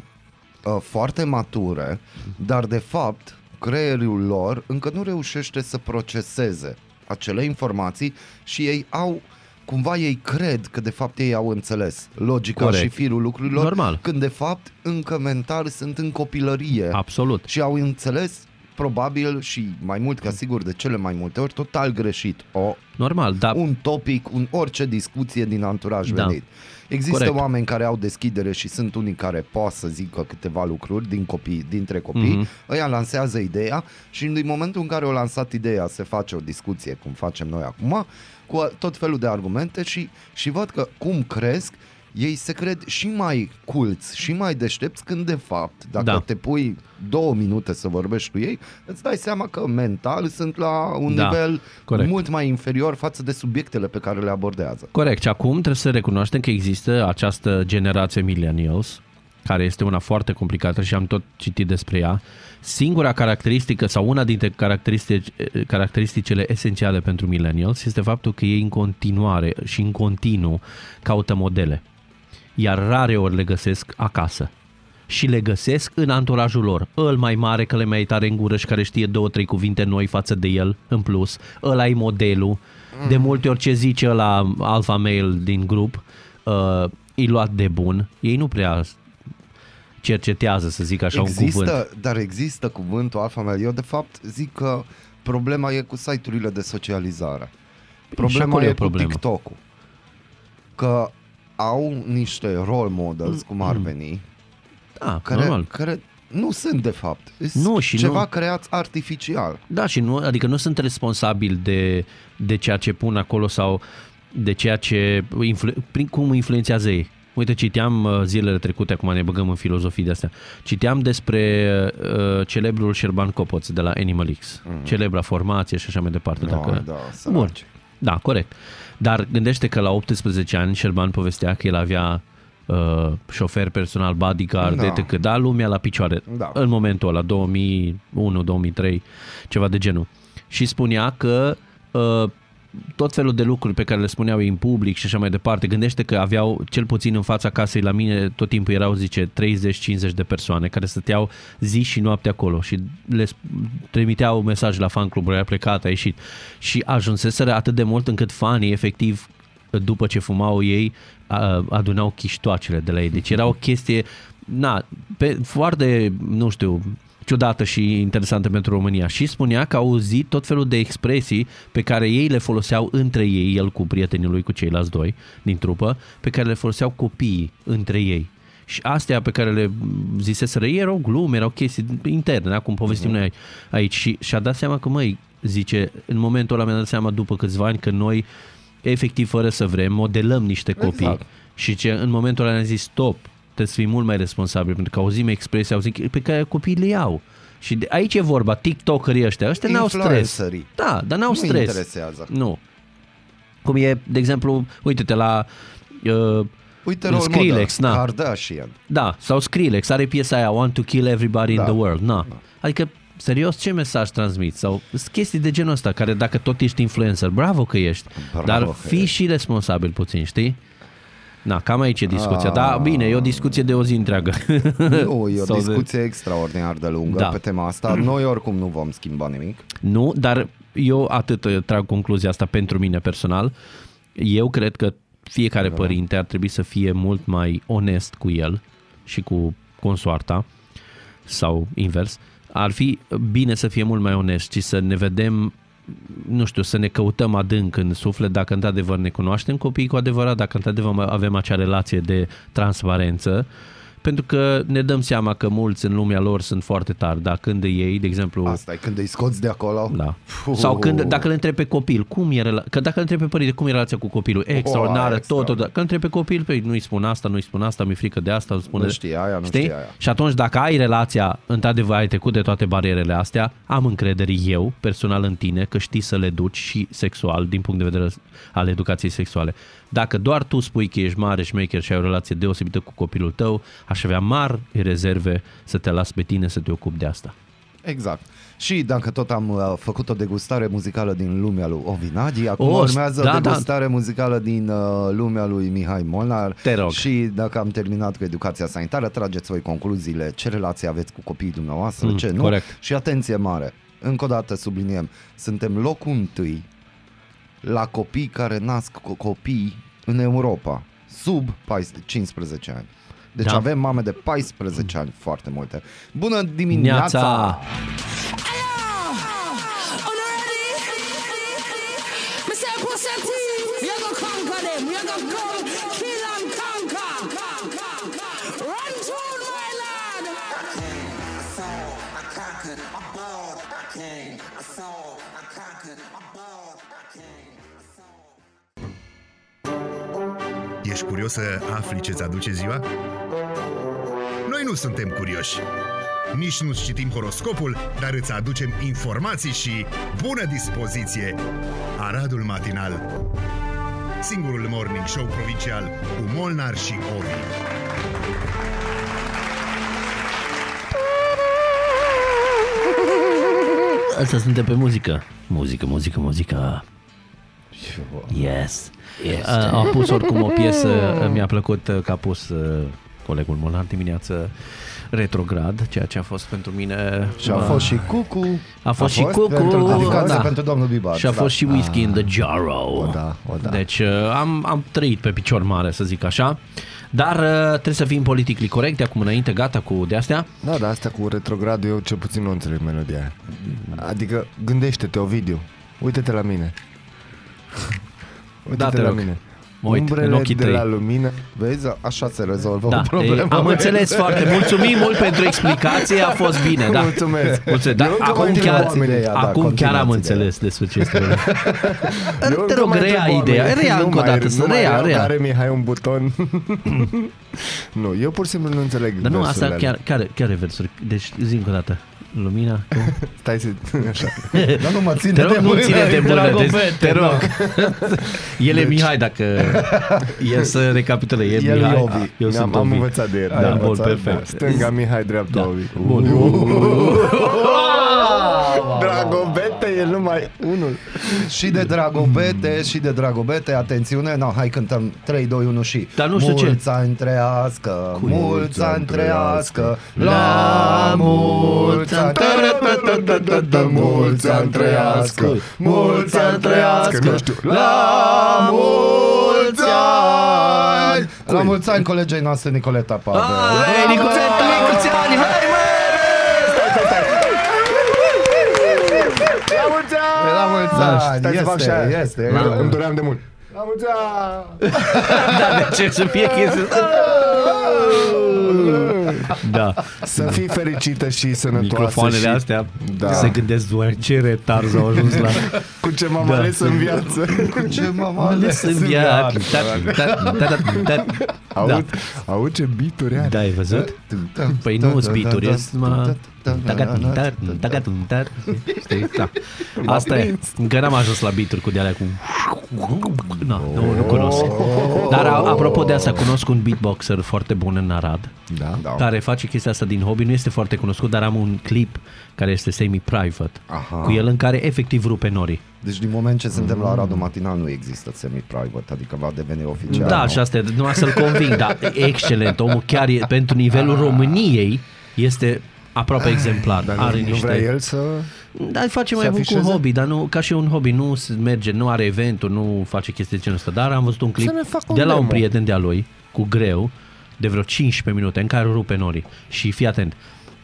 Speaker 2: uh, foarte mature, dar de fapt creierul lor încă nu reușește să proceseze acele informații și ei au cumva ei cred că de fapt ei au înțeles logica
Speaker 1: Corect.
Speaker 2: și firul lucrurilor,
Speaker 1: Normal.
Speaker 2: când de fapt încă mental sunt în copilărie
Speaker 1: Absolut.
Speaker 2: și au înțeles probabil și mai mult ca sigur de cele mai multe ori total greșit o
Speaker 1: Normal, dar
Speaker 2: un topic, un orice discuție din anturaj
Speaker 1: Da.
Speaker 2: da. venit. Există
Speaker 1: Corect.
Speaker 2: Corect. oameni care au deschidere și sunt unii care pot să zică câteva lucruri din copii, dintre copii,
Speaker 1: Mhm.
Speaker 2: mm-hmm. ăia lansează ideea și din momentul în care au lansat ideea se face o discuție, cum facem noi acum, cu a- tot felul de argumente și, și văd că cum cresc ei se cred și mai culți și mai deștepți când de fapt, dacă
Speaker 1: Da.
Speaker 2: te pui două minute să vorbești cu ei, îți dai seama că mental sunt la un
Speaker 1: Da,
Speaker 2: nivel
Speaker 1: corect.
Speaker 2: mult mai inferior față de subiectele pe care le abordează.
Speaker 1: Corect. Și acum trebuie să recunoaștem că există această generație millennials, care este una foarte complicată și am tot citit despre ea. Singura caracteristică sau una dintre caracteristici, caracteristicile esențiale pentru millennials este faptul că ei în continuare și în continuu caută modele, iar rare ori le găsesc acasă și le găsesc în anturajul lor. Îl mai mare, că le mai tare în gură și care știe două, trei cuvinte noi față de el în plus. Ăla e modelul. De
Speaker 2: Mm.
Speaker 1: multe ori ce zice ăla alfa mail din grup, uh, e luat de bun. Ei nu prea cercetează, să zic așa,
Speaker 2: există,
Speaker 1: un cuvânt.
Speaker 2: Dar există cuvântul alfa male. Eu de fapt zic că problema e cu site-urile de socializare. Problema
Speaker 1: acolo e
Speaker 2: e,
Speaker 1: o
Speaker 2: cu
Speaker 1: problemă.
Speaker 2: TikTok-ul. Că au niște role models, cum ar veni,
Speaker 1: Da,
Speaker 2: care,
Speaker 1: Mm, normal.
Speaker 2: care nu sunt de fapt.
Speaker 1: Nu, și
Speaker 2: ceva
Speaker 1: nu.
Speaker 2: creat artificial.
Speaker 1: Da, și nu, adică nu sunt responsabil de, de ceea ce pun acolo sau de ceea ce, influ, prin cum influențează ei. Uite, citeam uh, zilele trecute, acum ne băgăm în filozofii de astea, citeam despre uh, celebrul Șerban Copoț de la Animal X, mm. celebra formație și așa mai departe.
Speaker 2: Doamne,
Speaker 1: dacă...
Speaker 2: Mhm. da,
Speaker 1: Bun.
Speaker 2: săraci.
Speaker 1: Da, corect. Dar gândește că la 18 ani Șerban povestea că el avea uh, șofer personal, bodyguard,
Speaker 2: Da.
Speaker 1: da. etc. Da, lumea la picioare.
Speaker 2: Da.
Speaker 1: În momentul ăla, 2001, 2003, ceva de genul. Și spunea că uh, tot felul de lucruri pe care le spuneau ei în public și așa mai departe, gândește că aveau cel puțin în fața casei la mine tot timpul erau, zice, 30-50 de persoane care stăteau zi și noapte acolo și le sp- trimiteau mesaj la fan clubul, a plecat, a ieșit și ajunseseră atât de mult încât fanii efectiv după ce fumau ei a- adunau chiștoacele de la ei. Deci era o chestie na, pe, foarte, nu știu, ciudată și interesantă pentru România și spunea că a auzit tot felul de expresii pe care ei le foloseau între ei, el cu prietenii lui, cu ceilalți doi din trupă, pe care le foloseau copiii între ei. Și astea pe care le ziseseră ei erau glume, erau chestii interne, acum povestim
Speaker 2: Mhm.
Speaker 1: noi aici. aici. Și și-a dat seama că, măi, zice, în momentul ăla mi-a dat seama după câțiva ani că noi, efectiv, fără să vrem, modelăm niște copii.
Speaker 2: Exact.
Speaker 1: Și ce în momentul ăla ne-a zis, stop, trebuie să fim mult mai responsabili, pentru că auzim expresii, auzim pe care copiii le iau. Și de, aici e vorba, TikTokerii ăștia, ăștia n-au stres.
Speaker 2: Influencerii.
Speaker 1: Da, dar n-au
Speaker 2: Nu
Speaker 1: stres.
Speaker 2: interesează.
Speaker 1: Nu. Cum e, de exemplu, uite-te la... Uh,
Speaker 2: Uite role
Speaker 1: Skrillex,
Speaker 2: model,
Speaker 1: na.
Speaker 2: Kardashian.
Speaker 1: da, sau Skrillex, are piesa aia Want to kill everybody
Speaker 2: Da.
Speaker 1: in the world. Na. Adică, serios, ce mesaj transmiți? Sau sunt chestii de genul ăsta, care dacă tot ești influencer, bravo că ești,
Speaker 2: Bravo
Speaker 1: dar
Speaker 2: că
Speaker 1: fii
Speaker 2: ești.
Speaker 1: și responsabil puțin, știi? Na, cam aici e discuția.
Speaker 2: Ah.
Speaker 1: Da, bine, e o discuție de o zi întreagă.
Speaker 2: Nu, e o
Speaker 1: Sau de-
Speaker 2: discuție extraordinar de lungă
Speaker 1: Da.
Speaker 2: pe tema asta. Noi oricum nu vom schimba nimic.
Speaker 1: Nu, dar eu atât eh, trag concluzia asta pentru mine personal. Eu cred că fiecare părinte ar trebui să fie mult mai onest cu el și cu consoarta sau invers. Ar fi bine să fie mult mai onest și să ne vedem nu știu, să ne căutăm adânc în suflet dacă într-adevăr ne cunoaștem copiii cu adevărat, dacă într-adevăr avem acea relație de transparență, pentru că ne dăm seama că mulți în lumea lor sunt foarte tari, dar când ei, de exemplu...
Speaker 2: Asta e când îi scoți de acolo.
Speaker 1: Da. Sau când, dacă le întrebi pe copil, cum e rela- că dacă le întrebi pe părinte, cum e relația cu copilul? Extraordinară, tot, tot, tot. Că întrebi pe copil, pe nu-i spun asta, nu-i spun asta, mi-e frică de asta, îmi spune...
Speaker 2: Nu știe aia, nu știe aia.
Speaker 1: Și atunci, dacă ai relația, într-adevăr, ai trecut de toate barierele astea, am încredere eu, personal, în tine, că știi să le duci și sexual, din punct de vedere al educației sexuale. Dacă doar tu spui că ești mare șmecher și ai o relație deosebită cu copilul tău, aș avea mari rezerve să te las pe tine să te ocupi de asta.
Speaker 2: Exact. Și dacă tot am uh, făcut o degustare muzicală din lumea lui Ovinadi, acum
Speaker 1: O,
Speaker 2: urmează
Speaker 1: da, da.
Speaker 2: degustare muzicală din uh, lumea lui Mihai Molnar.
Speaker 1: Te rog.
Speaker 2: Și dacă am terminat cu educația sanitară, trageți voi concluziile, ce relație aveți cu copiii dumneavoastră,
Speaker 1: Mm,
Speaker 2: ce nu.
Speaker 1: corect.
Speaker 2: Și atenție mare, încă o dată subliniem, suntem locul întâi la copii care nasc co- copii în Europa, sub 14 15 ani. Deci
Speaker 1: Da.
Speaker 2: avem mame de 14 ani foarte multe. Bună dimineața!
Speaker 1: Neața!
Speaker 6: On already? Me say Pusha T, we are gonna conquer them. We are gonna go kill and conquer. Run through, my lad.
Speaker 3: E Ești curios să afli ce-ți aduce ziua? Noi nu suntem curioși. Nici nu-ți citim horoscopul, dar îți aducem informații și bună dispoziție! Aradul Matinal Singurul morning show provincial cu Molnar și Ovi.
Speaker 1: Asta suntem pe muzică. Muzică, muzică, muzică. Yes. yes. A, a pus oricum o piesă, mi-a plăcut uh, că a pus uh, colegul Molnar dimineață retrograd, ceea ce a fost pentru mine...
Speaker 2: Și a
Speaker 1: uh,
Speaker 2: fost și Cucu.
Speaker 1: a fost și cucu,
Speaker 2: Pentru, adică
Speaker 1: da.
Speaker 2: pentru domnul Bibar.
Speaker 1: și a
Speaker 2: da.
Speaker 1: fost și whisky in the jarro.
Speaker 2: O da, o da.
Speaker 1: Deci uh, am, am trăit pe picior mare, să zic așa. Dar uh, trebuie să fim politically corecte acum înainte, gata cu de-astea.
Speaker 7: Da, dar asta cu retrogradul eu cel puțin nu înțeleg melodia aia. Adică gândește-te, Ovidiu, uite-te la mine. Uite-te
Speaker 1: Da, te
Speaker 7: la
Speaker 1: rog.
Speaker 7: mine.
Speaker 1: Mă uit în
Speaker 7: Umbrele
Speaker 1: ochii
Speaker 7: de
Speaker 1: tăi.
Speaker 7: la lumină
Speaker 2: Vezi, așa se rezolvă
Speaker 1: Da,
Speaker 2: o problemă.
Speaker 1: e, am înțeles foarte Mulțumim mult pentru explicație, a fost bine. Da.
Speaker 7: Mulțumesc.
Speaker 1: Mulțumesc. Da,
Speaker 7: Eu încă mai
Speaker 1: acum
Speaker 7: întreb
Speaker 1: chiar,
Speaker 7: oamenii aia, da,
Speaker 1: acum chiar am
Speaker 7: continuați
Speaker 1: înțeles despre ce este vorba.
Speaker 7: Eu
Speaker 1: Te
Speaker 7: încă
Speaker 1: rog,
Speaker 7: mai
Speaker 1: rea
Speaker 7: întreb
Speaker 1: ideea.
Speaker 7: oamenii,
Speaker 1: Rea
Speaker 7: nu
Speaker 1: încă o
Speaker 7: mai-
Speaker 1: dată, să
Speaker 7: nu mai
Speaker 1: rea,
Speaker 7: erau
Speaker 1: rea.
Speaker 7: Care Mihai un buton? nu, eu pur și simplu nu înțeleg
Speaker 1: Dar nu,
Speaker 7: versurile
Speaker 1: asta
Speaker 7: alea.
Speaker 1: chiar, care, care versuri? Deci zi încă o dată. Lumina? Cum?
Speaker 7: Stai să... Așa.
Speaker 2: Dar nu mă ține
Speaker 1: Te rog,
Speaker 2: de
Speaker 1: nu
Speaker 2: mână.
Speaker 1: ține de mână, deci,
Speaker 2: Dragobete,
Speaker 1: te rog. El
Speaker 7: Deci-
Speaker 1: e Mihai, dacă e să recapitulă, e
Speaker 2: El e
Speaker 1: Mihai.
Speaker 2: Ovi.
Speaker 1: Eu
Speaker 7: Ne-am-
Speaker 1: sunt
Speaker 7: am
Speaker 1: Ovi.
Speaker 7: învățat de el.
Speaker 1: Da,
Speaker 7: Am
Speaker 1: bun,
Speaker 7: învățat,
Speaker 1: perfect.
Speaker 7: da. Stânga Mihai, dreapta
Speaker 1: Da.
Speaker 7: Ovi.
Speaker 1: Bun.
Speaker 7: Dragobete e numai unul.
Speaker 2: Și de Dragobete, și de Dragobete, atențiune, no, hai cântăm 3, 2, 1 și
Speaker 1: Dar nu știu ce.
Speaker 2: Mulți ani trăiască, mulți ani trăiască
Speaker 1: La
Speaker 2: La mulți ani
Speaker 7: Ta-ra-ta-ta-ta-ta,
Speaker 2: Mulți ani trăiască, mulți ani trăiască
Speaker 7: Nu știu.
Speaker 2: La mulți ani La mulți ani colegei noastre Nicoleta Pavel
Speaker 1: Hai, Nicuțeta, Nicuțeani, hai
Speaker 7: La mulți ani!
Speaker 2: La mulți ani,
Speaker 7: Stai să fac și
Speaker 2: este,
Speaker 7: aia.
Speaker 2: este
Speaker 7: La- Îmi doream de mult. La mulți ani!
Speaker 1: mă! Da, de ce să fie chestia asta? Da,
Speaker 7: Să fii fericită și sănătoasă
Speaker 1: microfoanele
Speaker 7: și
Speaker 1: astea
Speaker 7: Da.
Speaker 1: se gândesc doar ce retard au ajuns la...
Speaker 7: cu ce m-am
Speaker 1: Da.
Speaker 7: ales în viață.
Speaker 2: Ce m-am
Speaker 1: Ales
Speaker 2: ales
Speaker 1: în viață. Da, da, da, da, da. Da.
Speaker 7: Aud, aud ce bituri are.
Speaker 1: Da, ai văzut? Păi nu
Speaker 7: Da,
Speaker 1: zbituri, e numai- Tagatum-tar, tagatum-tar. Știi? Da. Asta e. Încă n-am ajuns la bituri cu de-alea cu... Na, nu, nu cunosc.
Speaker 7: Oh.
Speaker 1: Dar a- apropo de asta, cunosc un beatboxer foarte bun în Arad,
Speaker 7: Da. da.
Speaker 1: care face chestia asta din hobby. Nu este foarte cunoscut, dar am un clip care este semi-private cu el în care efectiv rupe norii.
Speaker 2: Deci din moment ce suntem
Speaker 1: Mm.
Speaker 2: la Radu Matinal nu există semi-private, adică va deveni oficial.
Speaker 1: Da,
Speaker 2: nu?
Speaker 1: și asta e, numai să-l conving, dar e excelent, omul chiar e, pentru nivelul României este aproape exemplar.
Speaker 7: Ah. Dar nu,
Speaker 1: Are
Speaker 7: nu
Speaker 1: niște...
Speaker 7: vrea el să...
Speaker 1: Da, îl face mai
Speaker 7: Se
Speaker 1: mult cu
Speaker 7: afișeze?
Speaker 1: hobby, dar nu, ca și un hobby, nu se merge, nu are eventuri, nu face chestii de genul ăsta. Dar am văzut un clip
Speaker 7: Să ne facă un
Speaker 1: de la un
Speaker 7: demo.
Speaker 1: prieten de-a lui, cu greu, de vreo 15 minute, în care rupe norii. Și fii atent,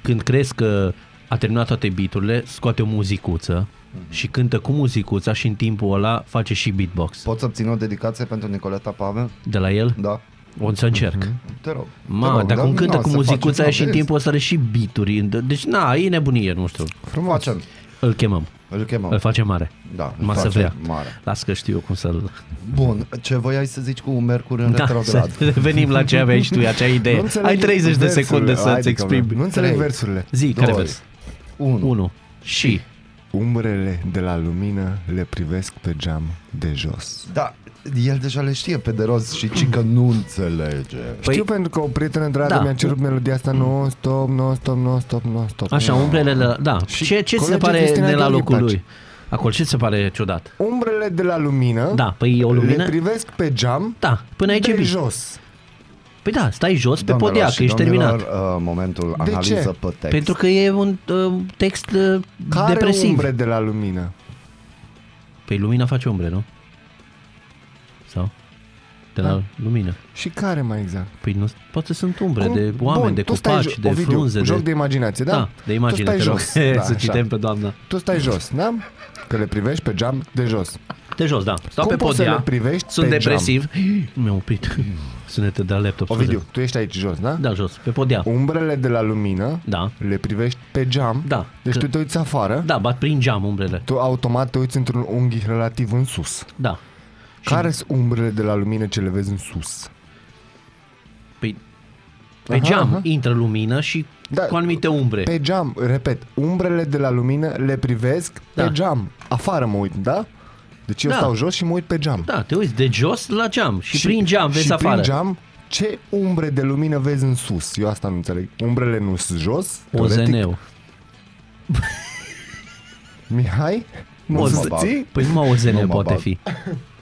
Speaker 1: când crezi că a terminat toate biturile, scoate o muzicuță
Speaker 2: Mhm.
Speaker 1: și cântă cu muzicuța și în timpul ăla face și beatbox.
Speaker 2: Poți obține o dedicație pentru Nicoleta Pavel?
Speaker 1: De la el?
Speaker 2: Da, Mhm.
Speaker 1: O să încerc.
Speaker 2: te rog. Te
Speaker 1: Ma,
Speaker 2: rog,
Speaker 1: dar cum
Speaker 2: nu,
Speaker 1: cântă
Speaker 2: o
Speaker 1: cu
Speaker 2: să
Speaker 1: muzicuța
Speaker 2: facem,
Speaker 1: aia și în
Speaker 2: vezi?
Speaker 1: timpul ăsta are și bituri. Deci, na, e nebunie, nu știu.
Speaker 2: Frumos. Facem.
Speaker 1: Îl chemăm,
Speaker 2: Îl chemăm.
Speaker 1: îl facem mare.
Speaker 2: Da, îl
Speaker 1: Ma să
Speaker 2: facem
Speaker 1: vrea.
Speaker 2: mare.
Speaker 1: Las că știu eu cum să-l... Da,
Speaker 2: Bun, ce voiai să zici cu Mercur în retrograd?
Speaker 1: să revenim la ce aveai și tu, acea idee. Ai 30 de
Speaker 7: versurile.
Speaker 1: secunde să-ți
Speaker 7: Haide,
Speaker 1: exprimi.
Speaker 7: domnule. Nu înțeleg
Speaker 2: Trei.
Speaker 7: versurile.
Speaker 1: Zi,
Speaker 2: Doi.
Speaker 1: care vers?
Speaker 2: 1.
Speaker 1: 1. Și.
Speaker 7: Umbrele de la lumină le privesc pe geam de jos.
Speaker 2: Da, el deja le știe pe de rost și ci că nu înțelege.
Speaker 1: Păi-
Speaker 7: Păi, Știu pentru că o prietenă dragă
Speaker 1: Da.
Speaker 7: mi-a cerut melodia asta non-stop, non-stop, non-stop, non-stop.
Speaker 1: Așa,
Speaker 7: non-stop.
Speaker 1: umbrele la... Da.
Speaker 7: Și
Speaker 1: Ce, ce ți se
Speaker 7: colegii
Speaker 1: pare
Speaker 7: Cristina
Speaker 1: ne la
Speaker 7: Gheorghe
Speaker 1: locul
Speaker 7: îi
Speaker 1: lui?
Speaker 7: place.
Speaker 1: Acolo, ce ți se pare ciudat?
Speaker 7: Umbrele de la lumină
Speaker 1: Da, păi e o
Speaker 7: le
Speaker 1: lumină...
Speaker 7: privesc pe geam
Speaker 1: Da, până aici e
Speaker 7: de
Speaker 1: bine.
Speaker 7: jos.
Speaker 1: Păi da, stai jos pe
Speaker 2: Doamnelor
Speaker 1: podea,
Speaker 2: și
Speaker 1: că ești
Speaker 2: domnilor,
Speaker 1: terminat.
Speaker 2: uh, momentul
Speaker 7: De
Speaker 2: analiză
Speaker 7: ce?
Speaker 2: pe text.
Speaker 1: Pentru că e un uh, text uh,
Speaker 7: Care
Speaker 1: depresiv.
Speaker 7: umbre de la lumină?
Speaker 1: Păi lumina face umbre, nu? Sau? De
Speaker 7: Da.
Speaker 1: la lumină.
Speaker 7: Și care mai exact?
Speaker 1: Păi nu, poate sunt umbre
Speaker 7: Cum-
Speaker 1: de oameni,
Speaker 7: Bun,
Speaker 1: de
Speaker 7: tu stai
Speaker 1: copaci,
Speaker 7: jo-
Speaker 1: de
Speaker 7: Ovidiu,
Speaker 1: frunze.
Speaker 7: joc de imaginație, da?
Speaker 1: da, de imagine,
Speaker 7: tu
Speaker 1: te
Speaker 7: stai
Speaker 1: rog.
Speaker 7: jos.
Speaker 1: Da,
Speaker 7: Da,
Speaker 1: să
Speaker 7: așa.
Speaker 1: citem pe doamna.
Speaker 7: Tu stai jos, da? Că le privești pe geam de jos.
Speaker 1: De jos, da. Stau
Speaker 7: Cum
Speaker 1: pe
Speaker 7: poți să
Speaker 1: podea,
Speaker 7: le privești
Speaker 1: sunt
Speaker 7: pe Hmm.
Speaker 1: depresiv. Mi-am oprit sunetul de la laptop. scuze.
Speaker 7: Ovidiu, tu ești aici jos, da?
Speaker 1: Da, jos, pe podea.
Speaker 7: Umbrele de la lumină
Speaker 1: Da.
Speaker 7: le privești pe geam.
Speaker 1: Da.
Speaker 7: Deci
Speaker 1: Că-
Speaker 7: tu te uiți afară.
Speaker 1: Da, bat prin geam umbrele.
Speaker 7: Tu automat te uiți într-un unghi relativ în sus.
Speaker 1: Da.
Speaker 7: Care sunt umbrele de la lumină ce le vezi în sus?
Speaker 1: Păi, pe
Speaker 7: Aha,
Speaker 1: geam
Speaker 7: aha.
Speaker 1: intră lumină și
Speaker 7: Da,
Speaker 1: cu anumite umbre.
Speaker 7: Pe geam, repet, umbrele de la lumină le privesc
Speaker 1: Da.
Speaker 7: da. pe geam. Afară mă uit, da? Deci eu da.
Speaker 1: Da.
Speaker 7: stau jos și mă uit pe geam.
Speaker 1: Da, te uiți de jos la geam și, și prin geam vezi
Speaker 7: și
Speaker 1: afară.
Speaker 7: prin geam, ce umbre de lumină vezi în sus? Eu asta nu înțeleg. Umbrele nu sunt jos? teoretic.
Speaker 1: OZN-ul.
Speaker 7: Mihai? Nu
Speaker 1: Oz-
Speaker 7: sunt ții?
Speaker 1: Păi numai OZN
Speaker 2: Nu mă
Speaker 1: poate
Speaker 2: bag.
Speaker 1: fi.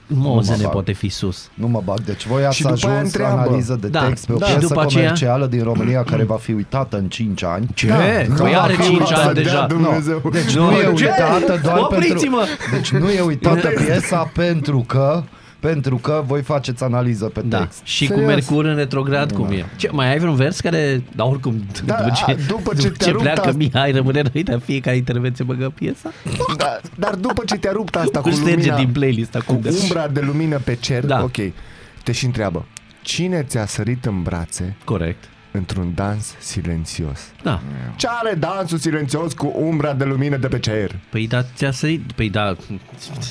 Speaker 1: Numai
Speaker 2: mă
Speaker 1: OZN
Speaker 2: bag.
Speaker 1: poate fi sus.
Speaker 2: Nu mă bag, deci voi ați
Speaker 7: Și după aia
Speaker 2: ajuns la
Speaker 7: întreabă.
Speaker 2: analiză de
Speaker 1: Da,
Speaker 2: text pe o
Speaker 1: da.
Speaker 2: piesă
Speaker 1: După aceea-
Speaker 2: comercială din România care va fi uitată în 5 ani.
Speaker 1: Ce? Da, păi
Speaker 7: Da,
Speaker 1: are
Speaker 7: da,
Speaker 1: 5
Speaker 7: da,
Speaker 1: ani
Speaker 7: dea
Speaker 1: deja.
Speaker 7: Dumnezeu.
Speaker 2: Deci nu e
Speaker 1: Ce?
Speaker 2: uitată doar pentru...
Speaker 1: Opriți-mă!
Speaker 2: Deci nu e uitată piesa pentru că pentru că voi faceți analiză pe
Speaker 1: Da,
Speaker 2: text.
Speaker 1: și cu
Speaker 7: Serios?
Speaker 1: Mercur în retrograd cum e. Ce, mai ai vreun vers care, da, oricum,
Speaker 7: Da,
Speaker 1: după
Speaker 7: a,
Speaker 1: ce,
Speaker 7: după ce te-a
Speaker 1: ce
Speaker 7: rupt
Speaker 1: pleacă
Speaker 7: asta-
Speaker 1: Mihai, rămâne noi de fiecare intervenție băgă piesa?
Speaker 7: Da, dar după ce te-a rupt asta cu
Speaker 1: Cum șterge
Speaker 7: lumina,
Speaker 1: din playlist
Speaker 7: cu
Speaker 1: acum? de-
Speaker 7: umbra de lumină pe cer,
Speaker 1: Da.
Speaker 7: ok, te și întreabă, cine ți-a sărit în brațe
Speaker 1: Corect.
Speaker 7: într-un dans silențios?
Speaker 1: Da.
Speaker 7: Ce are dansul silențios cu umbra de lumină de pe cer?
Speaker 1: Păi da, ți-a sărit, păi da,